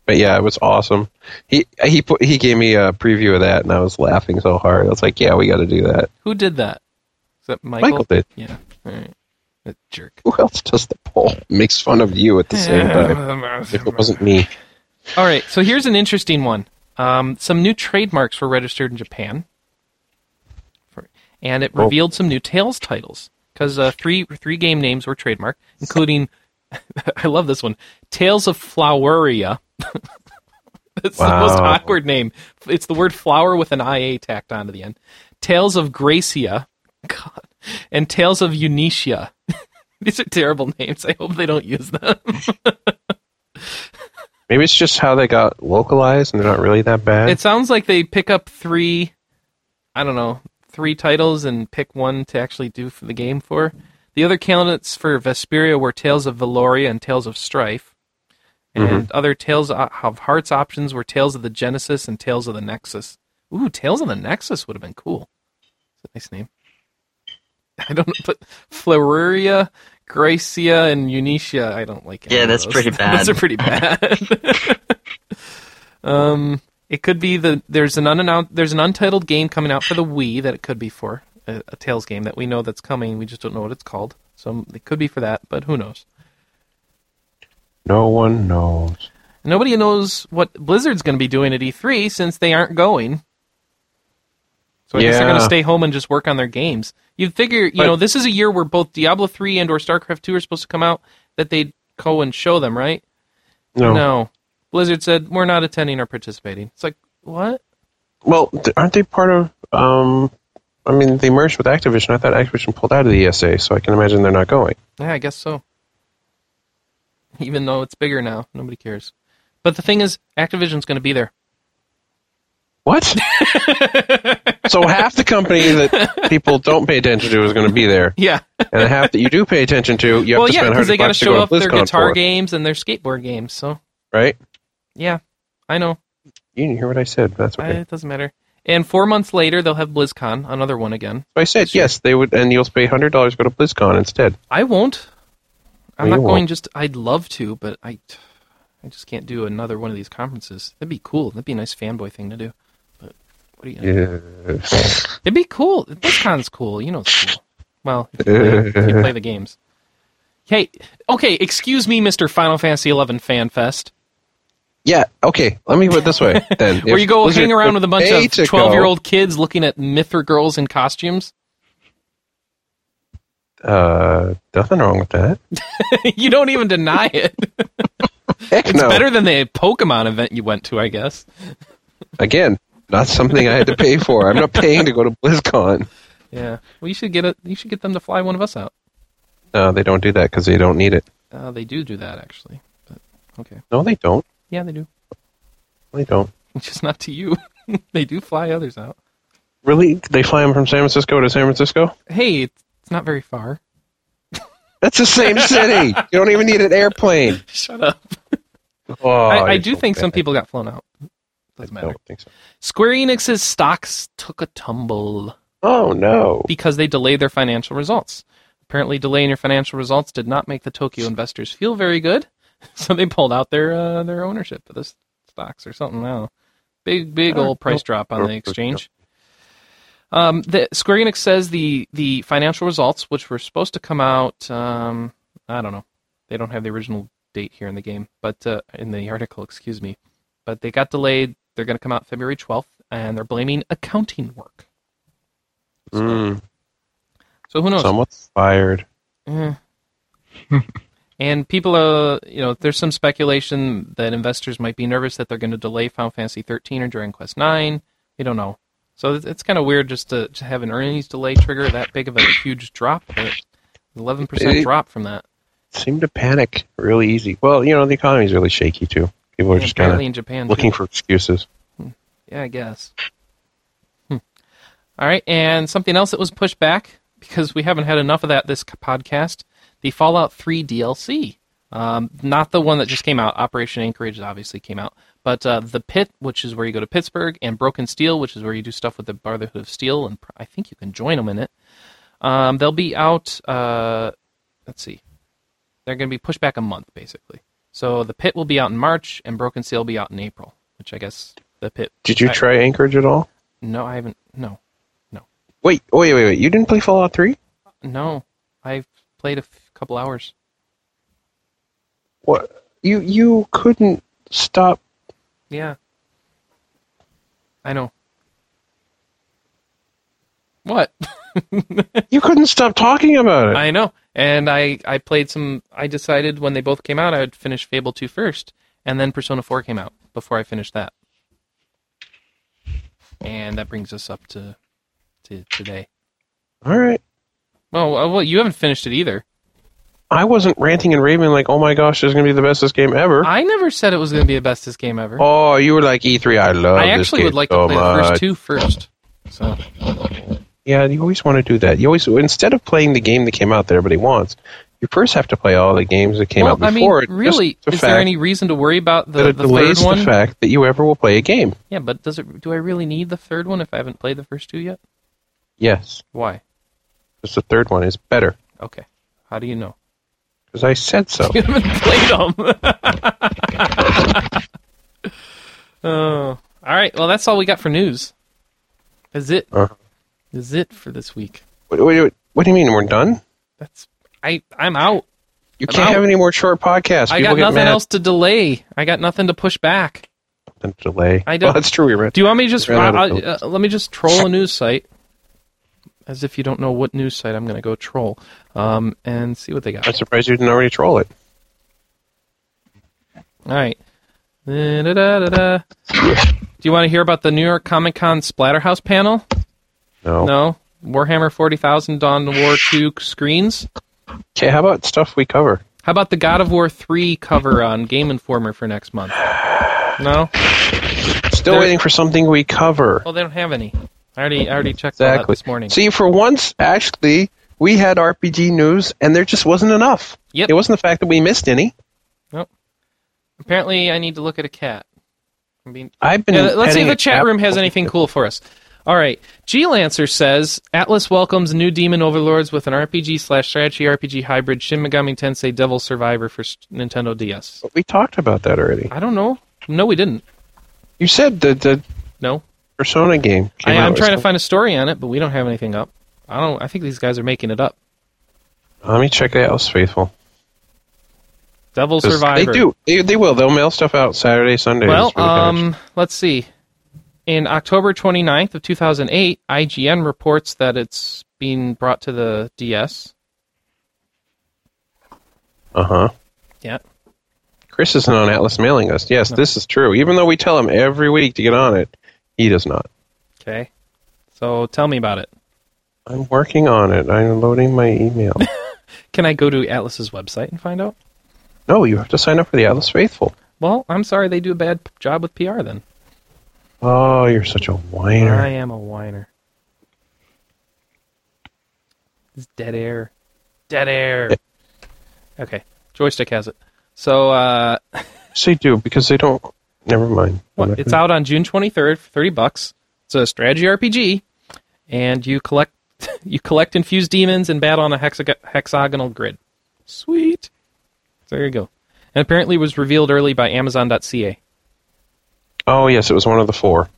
But yeah, it was awesome. He he put, he gave me a preview of that, and I was laughing so hard. I was like, "Yeah, we got to do that."
Who did that? Is that Michael?
Michael did.
Yeah. All right. That jerk.
Who else does the poll? Makes fun of you at the same time. If it wasn't me,
All right. So here's an interesting one. Um, some new trademarks were registered in Japan, For- and it
Oh.
revealed some new Tales titles because uh, three three game names were trademarked, including I love this one, Tales of Floweria. That's the most
Wow.
awkward name. It's the word flower with an IA tacked onto the end. Tales of Gracia, God, and Tales of Unicia. These are terrible names. I hope they don't use them.
maybe it's just how they got localized, and they're not really that bad.
It sounds like they pick up three, I don't know, three titles and pick one to actually do for the game for. The other candidates for Vesperia were Tales of Valoria and Tales of Strife. And other Tales of Hearts options were Tales of the Genesis and Tales of the Nexus. Ooh, Tales of the Nexus would have been cool. It's a nice name. I don't know, but Floreria, Gracia, and Unicia, I don't like any
Yeah,
of
that's
those.
pretty
those
bad.
are pretty bad. um, it could be the there's an unannounced there's an untitled game coming out for the Wii that it could be for a, a Tails game that we know that's coming. We just don't know what it's called. So it could be for that, but who knows?
no one knows.
Nobody knows what Blizzard's going to be doing at E3 since they aren't going. So I guess they're going to
Yeah.
stay home and just work on their games. You'd figure, you
But-
know, this is a year where both Diablo 3 and or StarCraft 2 are supposed to come out that they'd go and show them, right?
No.
No. Blizzard said, we're not attending or participating. It's like, what?
Well, th- aren't they part of? Um, I mean, they merged with Activision. I thought Activision pulled out of the ESA, so I can imagine they're not going.
Yeah, I guess so. Even though it's bigger now, nobody cares. But the thing is, Activision's going to be there.
What? so half the company that people don't pay attention to is going to be there,
Yeah.
and the half that you do pay attention to, you have
well,
to
yeah,
spend
because
hundred
they got to
bucks to
show
go
off
to
their
BlizzCon
guitar
for,
games and their skateboard games. So,
right?
yeah, I know.
You didn't hear what I said. but That's
I,
okay.
Eh, it doesn't matter. And four months later, they'll have BlizzCon, another one again.
so I said yes, they would, and you'll pay hundred dollars to go to BlizzCon instead.
I won't. I'm
No,
not
you
going.
won't.
Just I'd love to, but I, I just can't do another one of these conferences. That'd be cool. That'd be a nice fanboy thing to do. But what are you? Gonna
Yeah.
It'd be cool. BlizzCon's cool. You know, it's cool. Well, if you, play, if you play the games. Hey, okay. Excuse me, Mister Final Fantasy Eleven Fan Fest,
yeah. Okay. Let me put it this way then.
where
If
you go
Blizzard
hang around
would
with a bunch
pay to
of
go-
twelve-year-old kids looking at Mithra girls in costumes.
Uh, nothing wrong with that.
you don't even deny it.
Heck
It's
no.
better than the Pokemon event you went to, I guess.
Again, not something I had to pay for. I'm not paying to go to BlizzCon.
Yeah. Well, you should get it. You should get them to fly one of us out.
No, they don't do that because they don't need it.
Uh, they do do that actually. But okay.
No, they don't.
Yeah, they do.
They don't.
Just not to you. they do fly others out.
Really? They fly them from San Francisco to San Francisco?
Hey, it's not very far.
That's the same city. you don't even need an airplane.
Shut up.
Oh,
I, I
you're
do
so
think some
bad.
people got flown out.
I
Doesn't matter.
don't think so.
Square Enix's stocks took a tumble.
Oh no.
because they delayed their financial results. Apparently, delaying your financial results did not make the Tokyo investors feel very good, so they pulled out their uh, their ownership of the s- stocks or something. I don't know. Big big old price drop on the exchange. Um, the, Square Enix says the the financial results, which were supposed to come out, um, I don't know. They don't have the original date here in the game, but uh, in the article, excuse me. But they got delayed. They're going to come out February twelfth, and they're blaming accounting work.
Mm,
So who knows?
someone's fired.
Eh. and people are, you know, there's some speculation that investors might be nervous that they're going to delay Final Fantasy 13 or Dragon Quest 9. We don't know. So it's, it's kind of weird just to, to have an earnings delay trigger that big of a huge drop, but 11%
It-
drop from that.
Seem to panic really easy. Well, you know the economy's really shaky too. People are
Yeah,
just
apparently
kind
in Japan.
of
too.
looking for excuses.
Yeah, I guess. Hmm. All right, and something else that was pushed back because we haven't had enough of that this podcast: the Fallout 3 DLC. Um, not the one that just came out. Operation Anchorage obviously came out, but uh, the Pit, which is where you go to Pittsburgh, and Broken Steel, which is where you do stuff with the Brotherhood of Steel, and pr- I think you can join them in it. Um, they'll be out. Uh, let's see, they're going to be pushed back a month basically. So the Pit will be out in March, and Broken Steel will be out in April. Which I guess the Pit
Did you
I-
try Anchorage at all?
no, I haven't. No,
Wait, wait, wait, wait. You didn't play Fallout Three?
no. I've played a f- couple hours.
What? You you couldn't stop.
Yeah, I know. What?
You couldn't stop talking about it.
I know. And I I played some. I decided when they both came out, I would finish Fable 2 first, and then Persona 4 came out before I finished that. And that brings us up to to today.
all right.
Well, uh, well, you haven't finished it either.
I wasn't ranting and raving like, "Oh my gosh, this is gonna be the bestest game ever."
I never said it was going to be the bestest game ever.
oh, you were like E3. I love.
I
this
actually would
game
like
so
to play the
much."
first two first. So.
Yeah, you always want to do that. You always instead of playing the game that came out that everybody wants, you first have to play all the games that came out before.
I
it,
mean, really,
just the
is there
fact
any reason to worry about
that
the,
it
the
delays
third
the
one?
fact that you ever will play a game?
yeah, but does it? Do I really need the third one if I haven't played the first two yet?
Yes,
Why?
because the third one is better
Okay. How do you know?
because I said so.
You haven't played them. oh, all right. Well, that's all we got for news. Is it? Is
Uh-huh.
it for this week?
what, what- what do you mean we're done?
That's I. I'm out.
You
I'm
can't
out.
have any more short podcasts.
I got
People get
nothing
mad
else to delay. I got nothing to push back.
than delay.
I don't-
Well, that's true. We read.
Do you want me to just
Ran out of
I'll-
bullets.
uh, let me just troll a news site, as if you don't know what news site I'm going to go troll, um, and see what they got.
I'm surprised you didn't already troll it.
All right. Da-da-da-da-da. Do you want to hear about the New York Comic Con Splatterhouse panel?
No.
No. Warhammer 40,000 Dawn of War 2 screens?
Okay. How about stuff we cover?
How about the God of War 3 cover on Game Informer for next month? No?
Still
There-
waiting for something we cover.
Well, they don't have any. I already, I already checked all that
Exactly.
this morning.
See, for once, actually, we had RPG news, and there just wasn't enough.
Yep.
It wasn't the fact that we missed any.
Apparently, I need to look at a cat. I mean,
I've been.
Yeah, let's see if
petting
the
it
chat
app-
room has anything cool for us. All right. G Lancer says Atlas welcomes new demon overlords with an RPG slash strategy RPG hybrid Shin Megami Tensei Devil Survivor for s- Nintendo DS.
We talked about that already.
I don't know. No, we didn't.
You said the the
No,
Persona game.
I,
came out
am
with
trying to
some-
find a story on it, but we don't have anything up. I don't. I think these guys are making it up.
Let me check it out. It's faithful.
Devil
'Cause
Survivor.
They do. They, they will. They'll mail stuff out Saturday, Sunday.
Well, um, let's see. In October 29th of 2008, IGN reports that it's being brought to the DS.
Uh huh.
Yeah.
Chris isn't on Atlas mailing us. Yes,
No.
this is true. Even though we tell him every week to get on it, he does not.
Okay. So tell me about it.
I'm working on it. I'm loading my email.
Can I go to Atlas's website and find out?
no, you have to sign up for the Atlas Faithful.
Well, I'm sorry they do a bad p- job with PR then.
Oh, you're such a whiner.
I am a whiner. It's dead air. Dead air. Okay. Joystick has it. So uh,
Say do because they don't. Never mind.
What? It's out on June 23rd for 30 bucks. It's a strategy RPG, and you collect you collect infused demons and battle on a hexag- hexagonal grid. Sweet. There you go. And apparently was revealed early by Amazon.ca,
Oh yes, it was one of the four.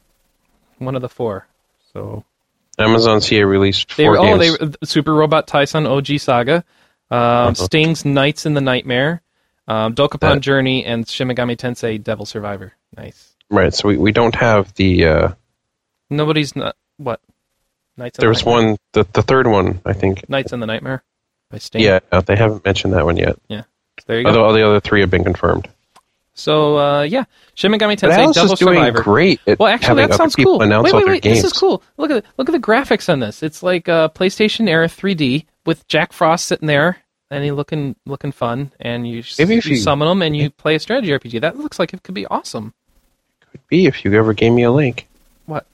one of the four. So
Amazon CA released
they
four
oh
games. Uh-huh.
they Super Robot Tyson OG Saga, um, Sting's Knights in the Nightmare, um, Dokapon
That-
Journey, and Shimigami Tensei Devil Survivor. Nice.
Right. So we, we don't have the. Uh,
Nobody's not what. Knights. in
there
the
was
Nightmare?
one the the third one I think.
Knights in the Nightmare by Sting.
Yeah, uh, they haven't mentioned that one yet.
There you go.
Although all the other three have been confirmed.
So uh, yeah, Shin Megami
But
Tensei
Alice
Devil
is doing
Survivor.
great. At
Well, actually,
having
that
other
sounds
people
cool. Wait,
Announce
wait,
all their
wait!
games.
This is cool. Look at the, look at the graphics on this. It's like uh, PlayStation era 3D with Jack Frost sitting there and he looking looking fun. And you s-
Maybe if
you
you-
summon him and you play a strategy RPG. That looks like it could be awesome.
Be if you ever gave me a link.
What?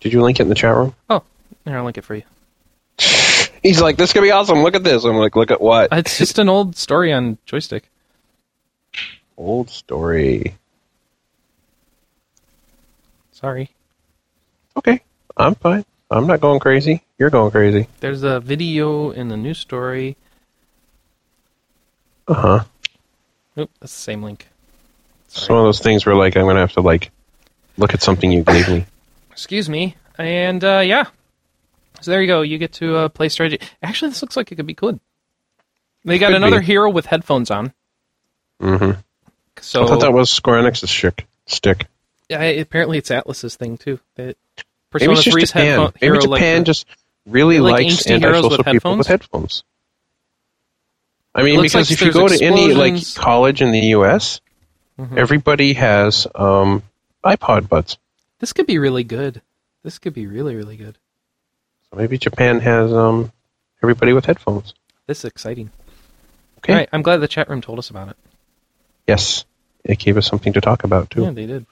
Did you link it in the chat room?
Here, I'll link it for you.
He's like, this could be awesome. Look at this. I'm like, look at what?
Uh, It's just an old story on joystick.
Old story.
Sorry.
Okay, I'm fine. I'm not going crazy. You're going crazy.
There's a video in the news story.
Uh huh.
Nope, that's the same link.
It's one of those things where like I'm gonna have to like look at something you gave me.
excuse me and uh, yeah so there you go you get to uh, play strategy actually this looks like it could be good they got
Could
another
be.
hero with headphones on
hmm
so
I thought that was Square Enix's shtick. Stick.
Yeah, apparently it's atlas's thing too that
Maybe
persona
it's just
3's
Japan.
headphone
Maybe
hero like
Japan
the-
just really
They like
likes
angsty heroes
antisocial
with
people with headphones. I mean,
looks
because
like
if you
there's
go to any like
explosions.
college in the U.S.,
Mhm.
everybody has um, iPod buds.
this could be really good this could be really really good
So maybe Japan has um, everybody with headphones.
this is exciting
Okay.
all right i'm glad the chat room told us about it
Yes, it gave us something to talk about too.
yeah they did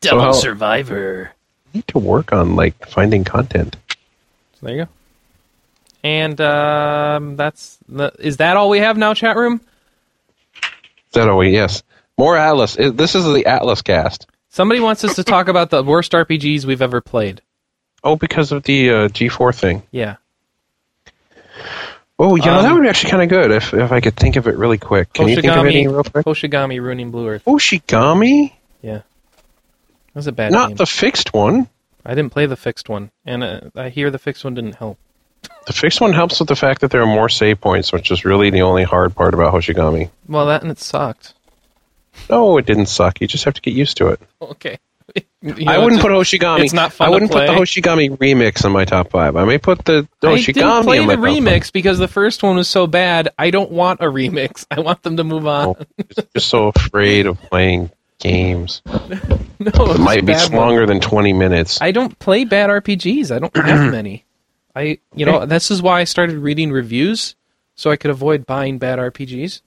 Devil how-
survivor
We need to work on like finding content.
so there you go and um, that's the, is that all we have now chat room
Is that all? we- Yes, more Atlas. It- this is the Atlas cast.
Somebody wants us to talk about the worst RPGs we've ever played.
Oh, because of the uh, G4 thing.
Yeah.
Oh, yeah,
Um,
that would be actually kind of good if, if I could think of it really quick. Can you think of any real quick?
Hoshigami ruining Blue Earth.
Oshigami?
That was a bad
Not
game.
the fixed one.
I didn't play the fixed one, and uh, I hear the fixed one didn't help.
The fixed one helps with the fact that there are more save points, which is really the only hard part about Hoshigami.
Well, that and it sucked.
No, it didn't suck. You just have to get used to it.
Okay.
I wouldn't put Hoshigami.
it's not fun
I
to
wouldn't put the
play.
Hoshigami remix in my top five. I may put the, the
I
Hoshigami
didn't play
in
the
my top
remix because the first one was so bad. I don't want a remix. I want them to move on.
Oh. five. Just so afraid of playing games.
no, it was
It might be
bad one.
longer than twenty minutes.
I don't play bad RPGs. I don't have many. I, you know, this is why I started reading reviews so I could avoid buying bad RPGs.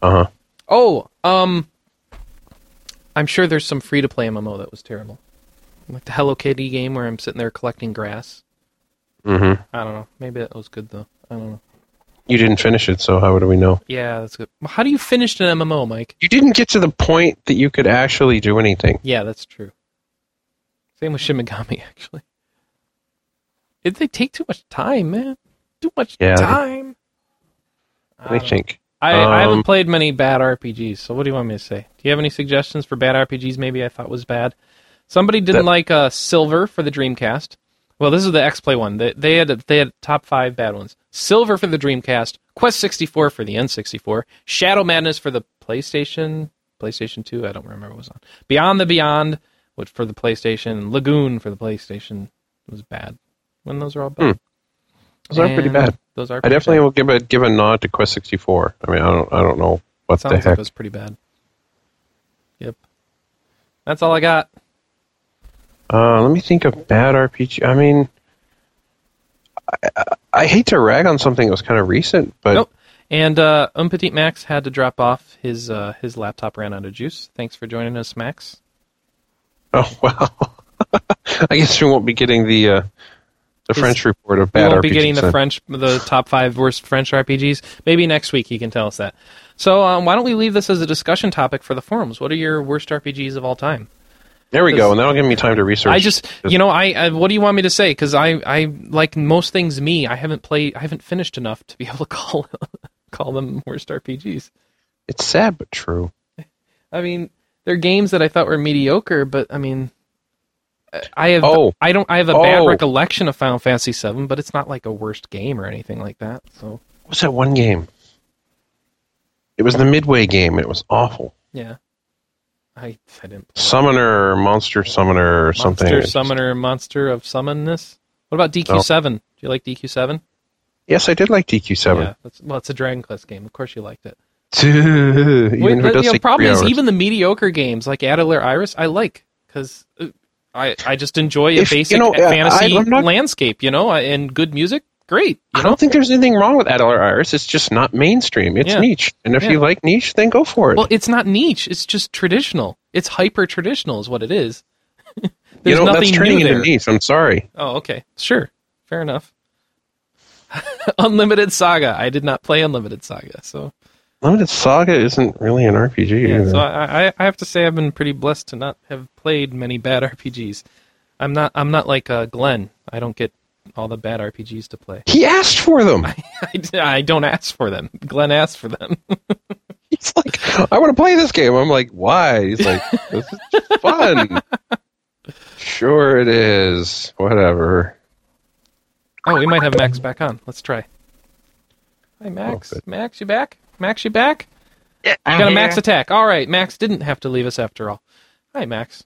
Uh huh.
Oh, um, I'm sure there's some free to play MMO that was terrible, like the Hello Kitty game where I'm sitting there collecting grass.
Mm-hmm.
I don't know. Maybe that was good though. I don't know.
You didn't finish it, so how do we know?
Yeah, that's good. Well, How do you finish an MMO, Mike?
You didn't get to the point that you could actually do anything.
Yeah, that's true. Same with Shimigami, actually. It, they take too much time, man. Too much
Yeah, they-
time. I
I
don't know.
think.
I, I haven't
Um,
played many bad RPGs, so what do you want me to say? Do you have any suggestions for bad RPGs maybe I thought was bad? Somebody didn't
That-
like uh, Silver for the Dreamcast. Well, this is the X-Play one. They, they had they had top five bad ones. Silver for the Dreamcast, Quest 64 for the N64, Shadow Madness for the PlayStation, PlayStation 2, I don't remember what was on. Beyond the Beyond which for the PlayStation, and Lagoon for the PlayStation was bad. When those are all bad.
Hmm, Those are pretty
And
bad.
Those are
I
pretty
definitely
bad.
will give a give a nod to Quest 64. I mean, I don't I don't know what the
Sounds like
heck.
it was pretty bad. Yep. That's all I got.
Uh, let me think of bad RPG. I mean, I, I, I hate to rag on something that was kind of recent, but
Nope. And uh, Um Petit Max had to drop off. His uh, his laptop ran out of juice. Thanks for joining us, Max.
oh well. I guess we won't be getting the uh, The
Is-
French report of
We
bad
won't be
RPGs,
getting the
then.
French, the top five worst French RPGs. Maybe next week he can tell us that. So um, why don't we leave this as a discussion topic for the forums? What are your worst RPGs of all time?
There we go, and that'll give me time to research.
I just, you know, I, I what do you want me to say? Because I, I like most things. Me, I haven't played, I haven't finished enough to be able to call call them worst RPGs.
it's sad but true.
I mean, they're games that I thought were mediocre, but I mean, I have,
Oh.
I don't, I have a bad
Oh.
recollection of Final Fantasy VII, but it's not like a worst game or anything like that. So
What's that one game? It was the Midway game. It was awful.
yeah, I, I didn't. Play it.
Summoner, Monster Summoner, or something.
Monster Summoner, Monster of Summonness. What about DQ7? Do you like DQ7?
Yes, I did like DQ7.
Yeah, that's, well, it's a Dragon Quest game. Of course, you liked it.
even
Wait,
who
but,
does
you know,
take
problem
three
is
hours.
even the mediocre games like Adler Iris, I like because I I just enjoy a
If- you
basic
know, uh,
fantasy
I- I'm not-
landscape, you know, I- and good music, great.
I don't think there's anything wrong with Adler Iris. It's just not mainstream. It's
Yeah.
niche. And if
Yeah.
you like niche, then go for it.
Well, it's not niche; it's just traditional. It's hyper traditional, is what it is.
you
There's
know,
nothing
that's turning
new
into
there.
niche. I'm sorry.
Oh, okay, sure, fair enough. Unlimited Saga. I did not play Unlimited Saga, so
Limited Saga isn't really an RPG
Yeah,
either.
so I, I, I have to say I've been pretty blessed to not have played many bad RPGs. I'm not I'm not like uh, Glenn. I don't get all the bad RPGs to play.
he asked for them.
I, d- I don't ask for them. Glenn asks for them.
He's like, I want to play this game. I'm like, why? He's like, this is fun. sure it is. Whatever.
Oh, we might have Max back on. Let's try. Hi, Max.
Oh, good.
Max, you back? Max, you back?
Yeah,
I
I'm
got a
here.
Max attack. All right, Max didn't have to leave us after all. Hi, Max.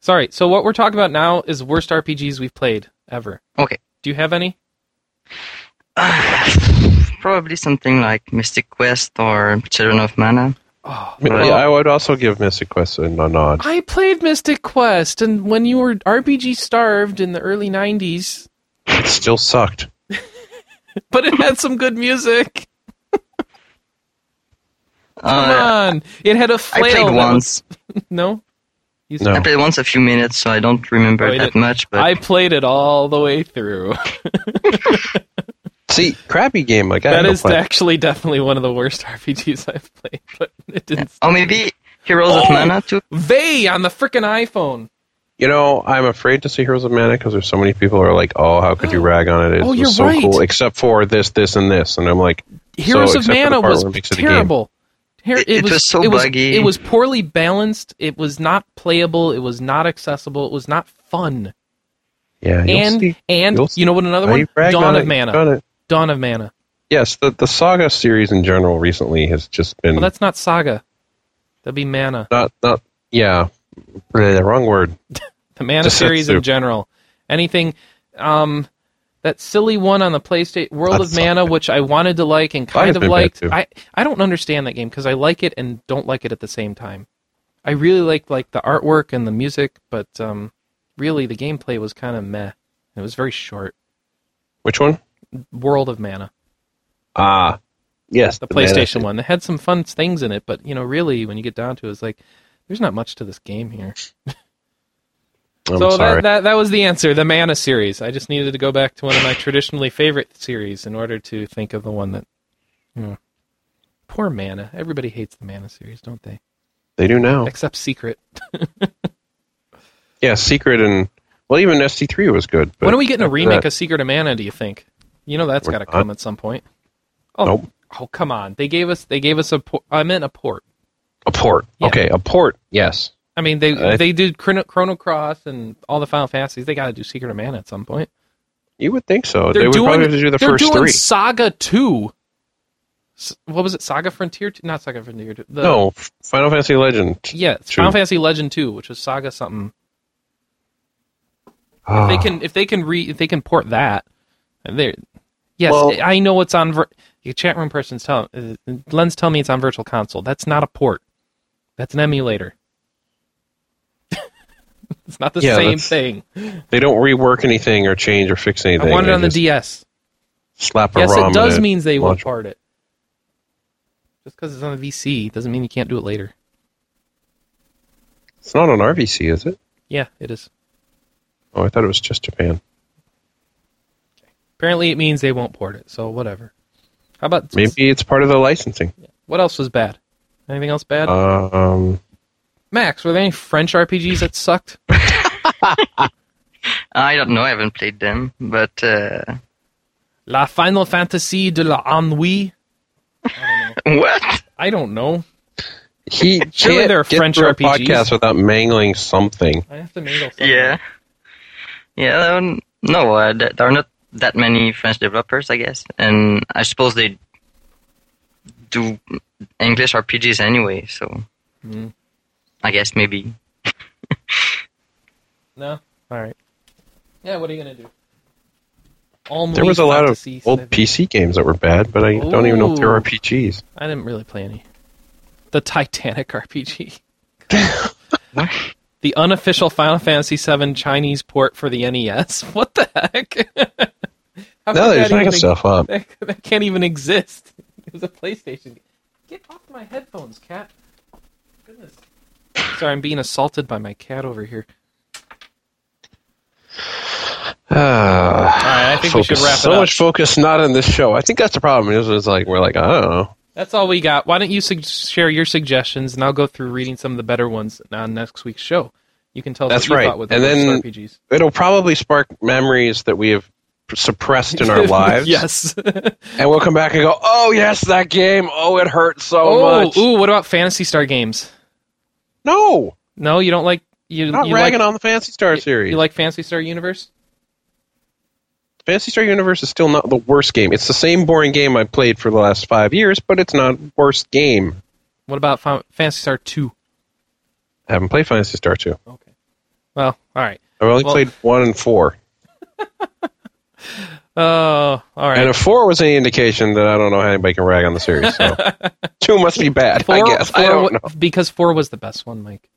Sorry. So what we're talking about now is worst RPGs we've played ever.
Okay.
Do you have any?
Probably something like Mystic Quest or Children of Mana.
Oh,
I, mean,
Right.
I would also give Mystic Quest a a nod.
I played Mystic Quest, and when you were RPG starved in the early 90s,
It still sucked.
but it had some good music. Come
Uh,
on. It had a
I
flail.
played
that
once.
was- no? You
No.
I played once a few minutes, so I don't remember
Oh, you
that
didn't-
much. But
I played it all the way through.
See, crappy game like
that
I
is actually definitely one of the worst RPGs I've played, but it didn't.
oh, maybe Heroes of
Oh!
Mana too.
Vey on the frickin' iPhone.
You know, I'm afraid to see Heroes of Mana because there's so many people who are like, "Oh, how could you rag on it? It
Oh,
was
you're
so
right.
cool, except for this, this, and this." And I'm like,
Heroes
So,
of
except for the
Mana
part
was
where it makes it a game.
terrible. Her-
It- it was so
it was,
buggy.
It was poorly balanced. It was not playable. It was not accessible. It was not fun.
"Yeah, you'll
and
see.
and
You'll
you know what another
Now
one?
you've ragged
Dawn
on
of
it,
Mana.
you've done it.
Dawn of Mana.
Yes, the the Saga series in general recently has just been
Well, that's not Saga. That'd be Mana.
not not yeah, the wrong word.
The Mana
Just
series in
Setsu.
general. Anything. Um, that silly one on the PlayStation World
That's
of Mana,
Saga.
which I wanted to like and
Saga's
kind of
been bad,
liked.
too.
I I don't understand that game because I like it and don't like it at the same time. I really liked like the artwork and the music, but um, really the gameplay was kind of meh. It was very short.
Which one?
World of Mana.
Ah, yes,
the
Mana
PlayStation
series.
one. They had some fun things in it, but you know, really, when you get down to it, it's like there's not much to this game here.
I'm
so that,
sorry.
that that was the answer, the Mana series. I just needed to go back to one of my traditionally favorite series in order to think of the one that. You know. Poor Mana. Everybody hates the Mana series, don't they?
they do now.
Except Secret.
Yeah, Secret and well, even SD3 was good. But
when are we getting a
after
remake
that-
of Secret of Mana? Do you think? You know that's
We're
got to
not.
come at some point. Oh,
Nope.
oh, come on! They gave us they gave us a por- I meant a port.
a port?
Yeah.
Okay, a port. Yes.
I mean, they
I-
they did Chrono, Chrono Cross and all the Final Fantasies. They got to do Secret of Mana at some point.
You would think so. they would probably have to do the
they're
first
doing
three.
Saga Two. S- What was it? Saga Frontier? Two? Not Saga Frontier. Two. The,
no, Final Fantasy Legend.
Yeah, it's
Two.
Final Fantasy Legend Two, which was Saga something.
Ah.
If they can if they can re if they can port that. They, yes,
Well-
I know it's on. Vir- the chat room person's tell uh, Len's tell me it's on Virtual Console. That's not a port. That's an emulator. it's not the
Yeah,
same
that's-
thing.
They don't rework anything or change or fix anything.
I want it
They
on the
just
DS.
Slap a
Yes,
ROM
it
in
does means they won't
Launch-
part it. Just because it's on the VC doesn't mean you can't do it later.
It's not on RVC, is it?
Yeah, it is.
Oh, I thought it was just Japan.
Apparently, it means they won't port it. So whatever. How about
Maybe it's part of the licensing.
what else was bad? Anything else bad?
Um,
Max, were there any French RPGs that sucked?
I don't know. I haven't played them, but uh,
La Final Fantasy de la Ennui.
what?
I don't know.
he
Surely
can't
there are
get
French
through a
RPGs.
podcast without mangling something.
I have to mingle. Something.
Yeah, yeah. that one- No, uh, th- there are not that many French developers, I guess, and I suppose they do English RPGs anyway. So,
Hmm.
I guess maybe
No. All right. Yeah. What are you gonna do? Ennui
There was a lot of
Fantasy
old
seven.
PC games that were bad, but I don't even know if they're
Ooh.
RPGs.
I didn't really play any. The Titanic RPG.
What?
The unofficial Final Fantasy VII Chinese port for the NES. What the heck? How
No,
could
they're
that
just making
even ex-
stuff up.
That, that can't even exist. It was a PlayStation. game. Get off my headphones, cat. Goodness. Sorry, I'm being assaulted by my cat over here.
Ah,
All right, I think we should
focus.
wrap it
so
up.
much focus not on this show. I think that's the problem. Is it's like we're like I don't know.
That's all we got. Why don't you sug- share your suggestions, and I'll go through reading some of the better ones on next week's show. You can tell us
That's
what you
right.
thought with
And
the
then-
RPGs.
It'll probably spark memories that we have suppressed in our lives.
yes.
And we'll come back and go, oh, yes, that game. Oh, it hurt so
oh,
much.
ooh, what about Fantasy Star games?
No,
No, you don't like you.
not
you
ragging
like,
on the Fantasy Star series.
You like Fantasy Star Universe?
Fantasy Star Universe is still not the worst game. It's the same boring game I played for the last five years, but it's not worst game.
What about Fan- Fantasy Star Two?
I haven't played Fantasy Star 2.
Okay. Well, all right.
I've only
Well-
played 1 and 4.
Oh, all right.
And if 4 was any indication, then I don't know how anybody can rag on the series. So. 2 must be bad, I guess. I
wa-
don't know.
Because four was the best one, Mike.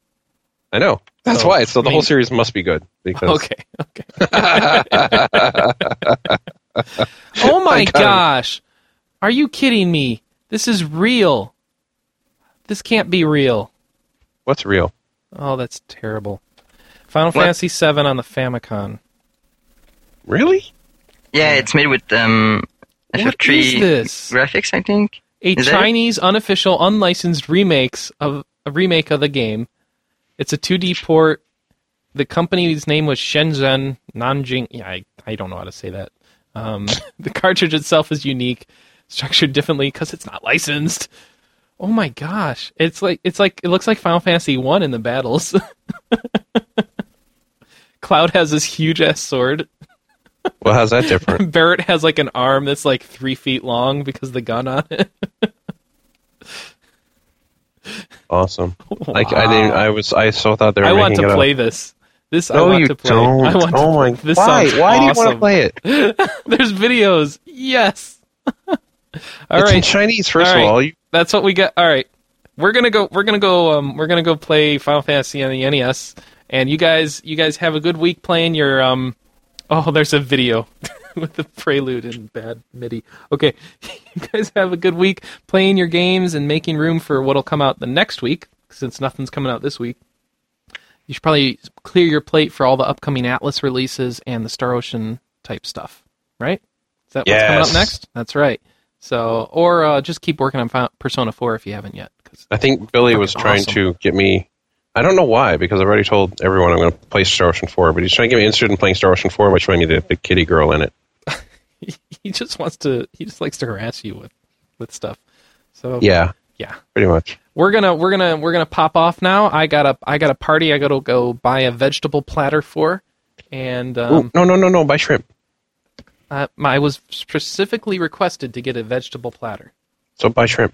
I know. That's
So,
why. So
I
the
mean-
whole series must be good. Because
Okay. Okay. oh my
got it.
gosh. Are you kidding me? This is real. This can't be real.
what's real?
Oh, that's terrible. Final
What?
Fantasy VII on the Famicom.
Really?
yeah, it's made with um,
What is
FF3
this?
graphics, I think.
A
Is that it?
Chinese unofficial unlicensed remakes of a remake of the game. It's a 2D port. The company's name was Shenzhen Nanjing. Yeah, I, I don't know how to say that. Um, the cartridge itself is unique, structured differently because it's not licensed. Oh my gosh! It's like it's like it looks like Final Fantasy One in the battles. Cloud has this huge ass sword.
Well, how's that different?
Barrett has like an arm that's like three feet long because of the gun on it.
awesome. Like I didn't. I was. I so thought they were.
I want
making
to
it up.
play this. This I
No,
want
you
to play.
don't.
I want
oh
to
my!
play. This
why?
sounds
Why do you want
awesome.
to play it?
There's videos. Yes. All
it's in
right.
Chinese. First
All right.
of all, you,
That's what we got. All right. We're gonna go. We're gonna go. Um, we're gonna go play Final Fantasy on the NES. And you guys, you guys have a good week playing your. Um, oh, there's a video with the prelude and bad MIDI. Okay, you guys have a good week playing your games and making room for what'll come out the next week. Since nothing's coming out this week, you should probably clear your plate for all the upcoming Atlas releases and the Star Ocean type stuff, right? Is that what's
Yes.
coming up next? That's right. So, or uh, just keep working on Fi- Persona 4 if you haven't yet. 'cause-
I think Billy was
Fucking
trying
awesome.
to get me. I don't know why, because I've already told everyone I'm going to play Star Ocean 4, but he's trying to get me interested in playing Star Ocean 4 by showing me the, the kitty girl in it.
he just wants to, he just likes to harass you with, with stuff. So
Yeah,
yeah.
pretty much.
we're gonna we're gonna we're gonna pop off now. I got a I got a party. I gotta go buy a vegetable platter for, and
Ooh,
um,
no, no, no, no, buy shrimp.
I, I was specifically requested to get a vegetable platter.
So buy shrimp.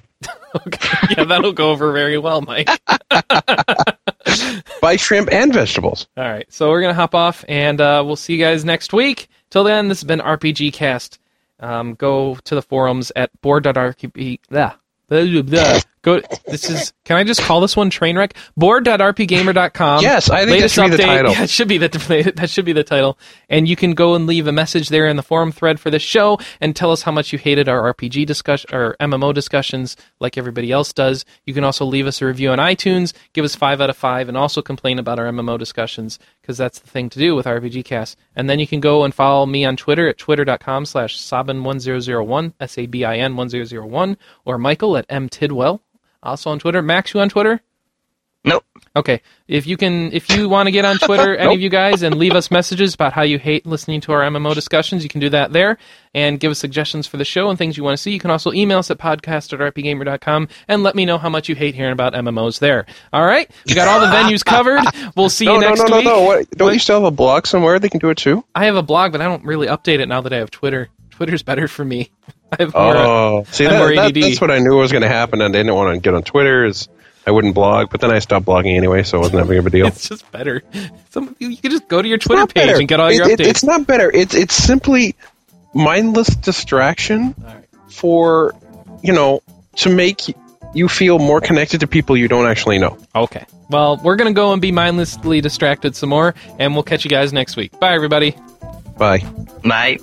Okay, yeah, that'll go over very well, Mike.
Buy shrimp and vegetables.
All right, so we're gonna hop off, and uh, we'll see you guys next week. Till then, this has been RPG Cast. Um, go to the forums at board.rpg. Blah, blah, blah, blah. Go. This is. Can I just call this one Trainwreck? Board.rpgamer.com.
Yes, I think that
Latest
should be the
update-
title.
Yeah, it should be the that should be the title. And you can go and leave a message there in the forum thread for this show and tell us how much you hated our RPG discussion or MMO discussions, like everybody else does. You can also leave us a review on iTunes, give us five out of five, and also complain about our MMO discussions because that's the thing to do with RPG Cast. And then you can go and follow me on Twitter at twitter.com/slash sabin1001 s a b i n 1001 or Michael at mtidwell. Also on Twitter, Max, you on Twitter?
Nope.
Okay. If you can, if you want to get on Twitter, any of you guys, and leave us messages about how you hate listening to our MMO discussions, you can do that there and give us suggestions for the show and things you want to see. You can also email us at podcast at rpgamer.com and let me know how much you hate hearing about MMOs there. All right. We got all the venues covered. We'll see
No,
you
no,
next
no, no,
week.
no. What, don't
What?
you still have a blog somewhere they can do it too?
I have a blog, but I don't really update it now that I have Twitter. Twitter's better for me. I have more,
Oh, see,
I'm
that,
more
that-
ADD.
that's what I knew was going to happen, and I didn't want to get on Twitter. Is I wouldn't blog, but then I stopped blogging anyway, so it wasn't that big of a deal.
it's just better. Some, you, you can just go to your Twitter
not
page
better.
and get all your
It-
updates.
it- it's not better. It's it's simply mindless distraction for you know to make you feel more connected to people you don't actually know.
Okay. Well, we're going to go and be mindlessly distracted some more, and we'll catch you guys next week. Bye, everybody.
Bye.
Bye.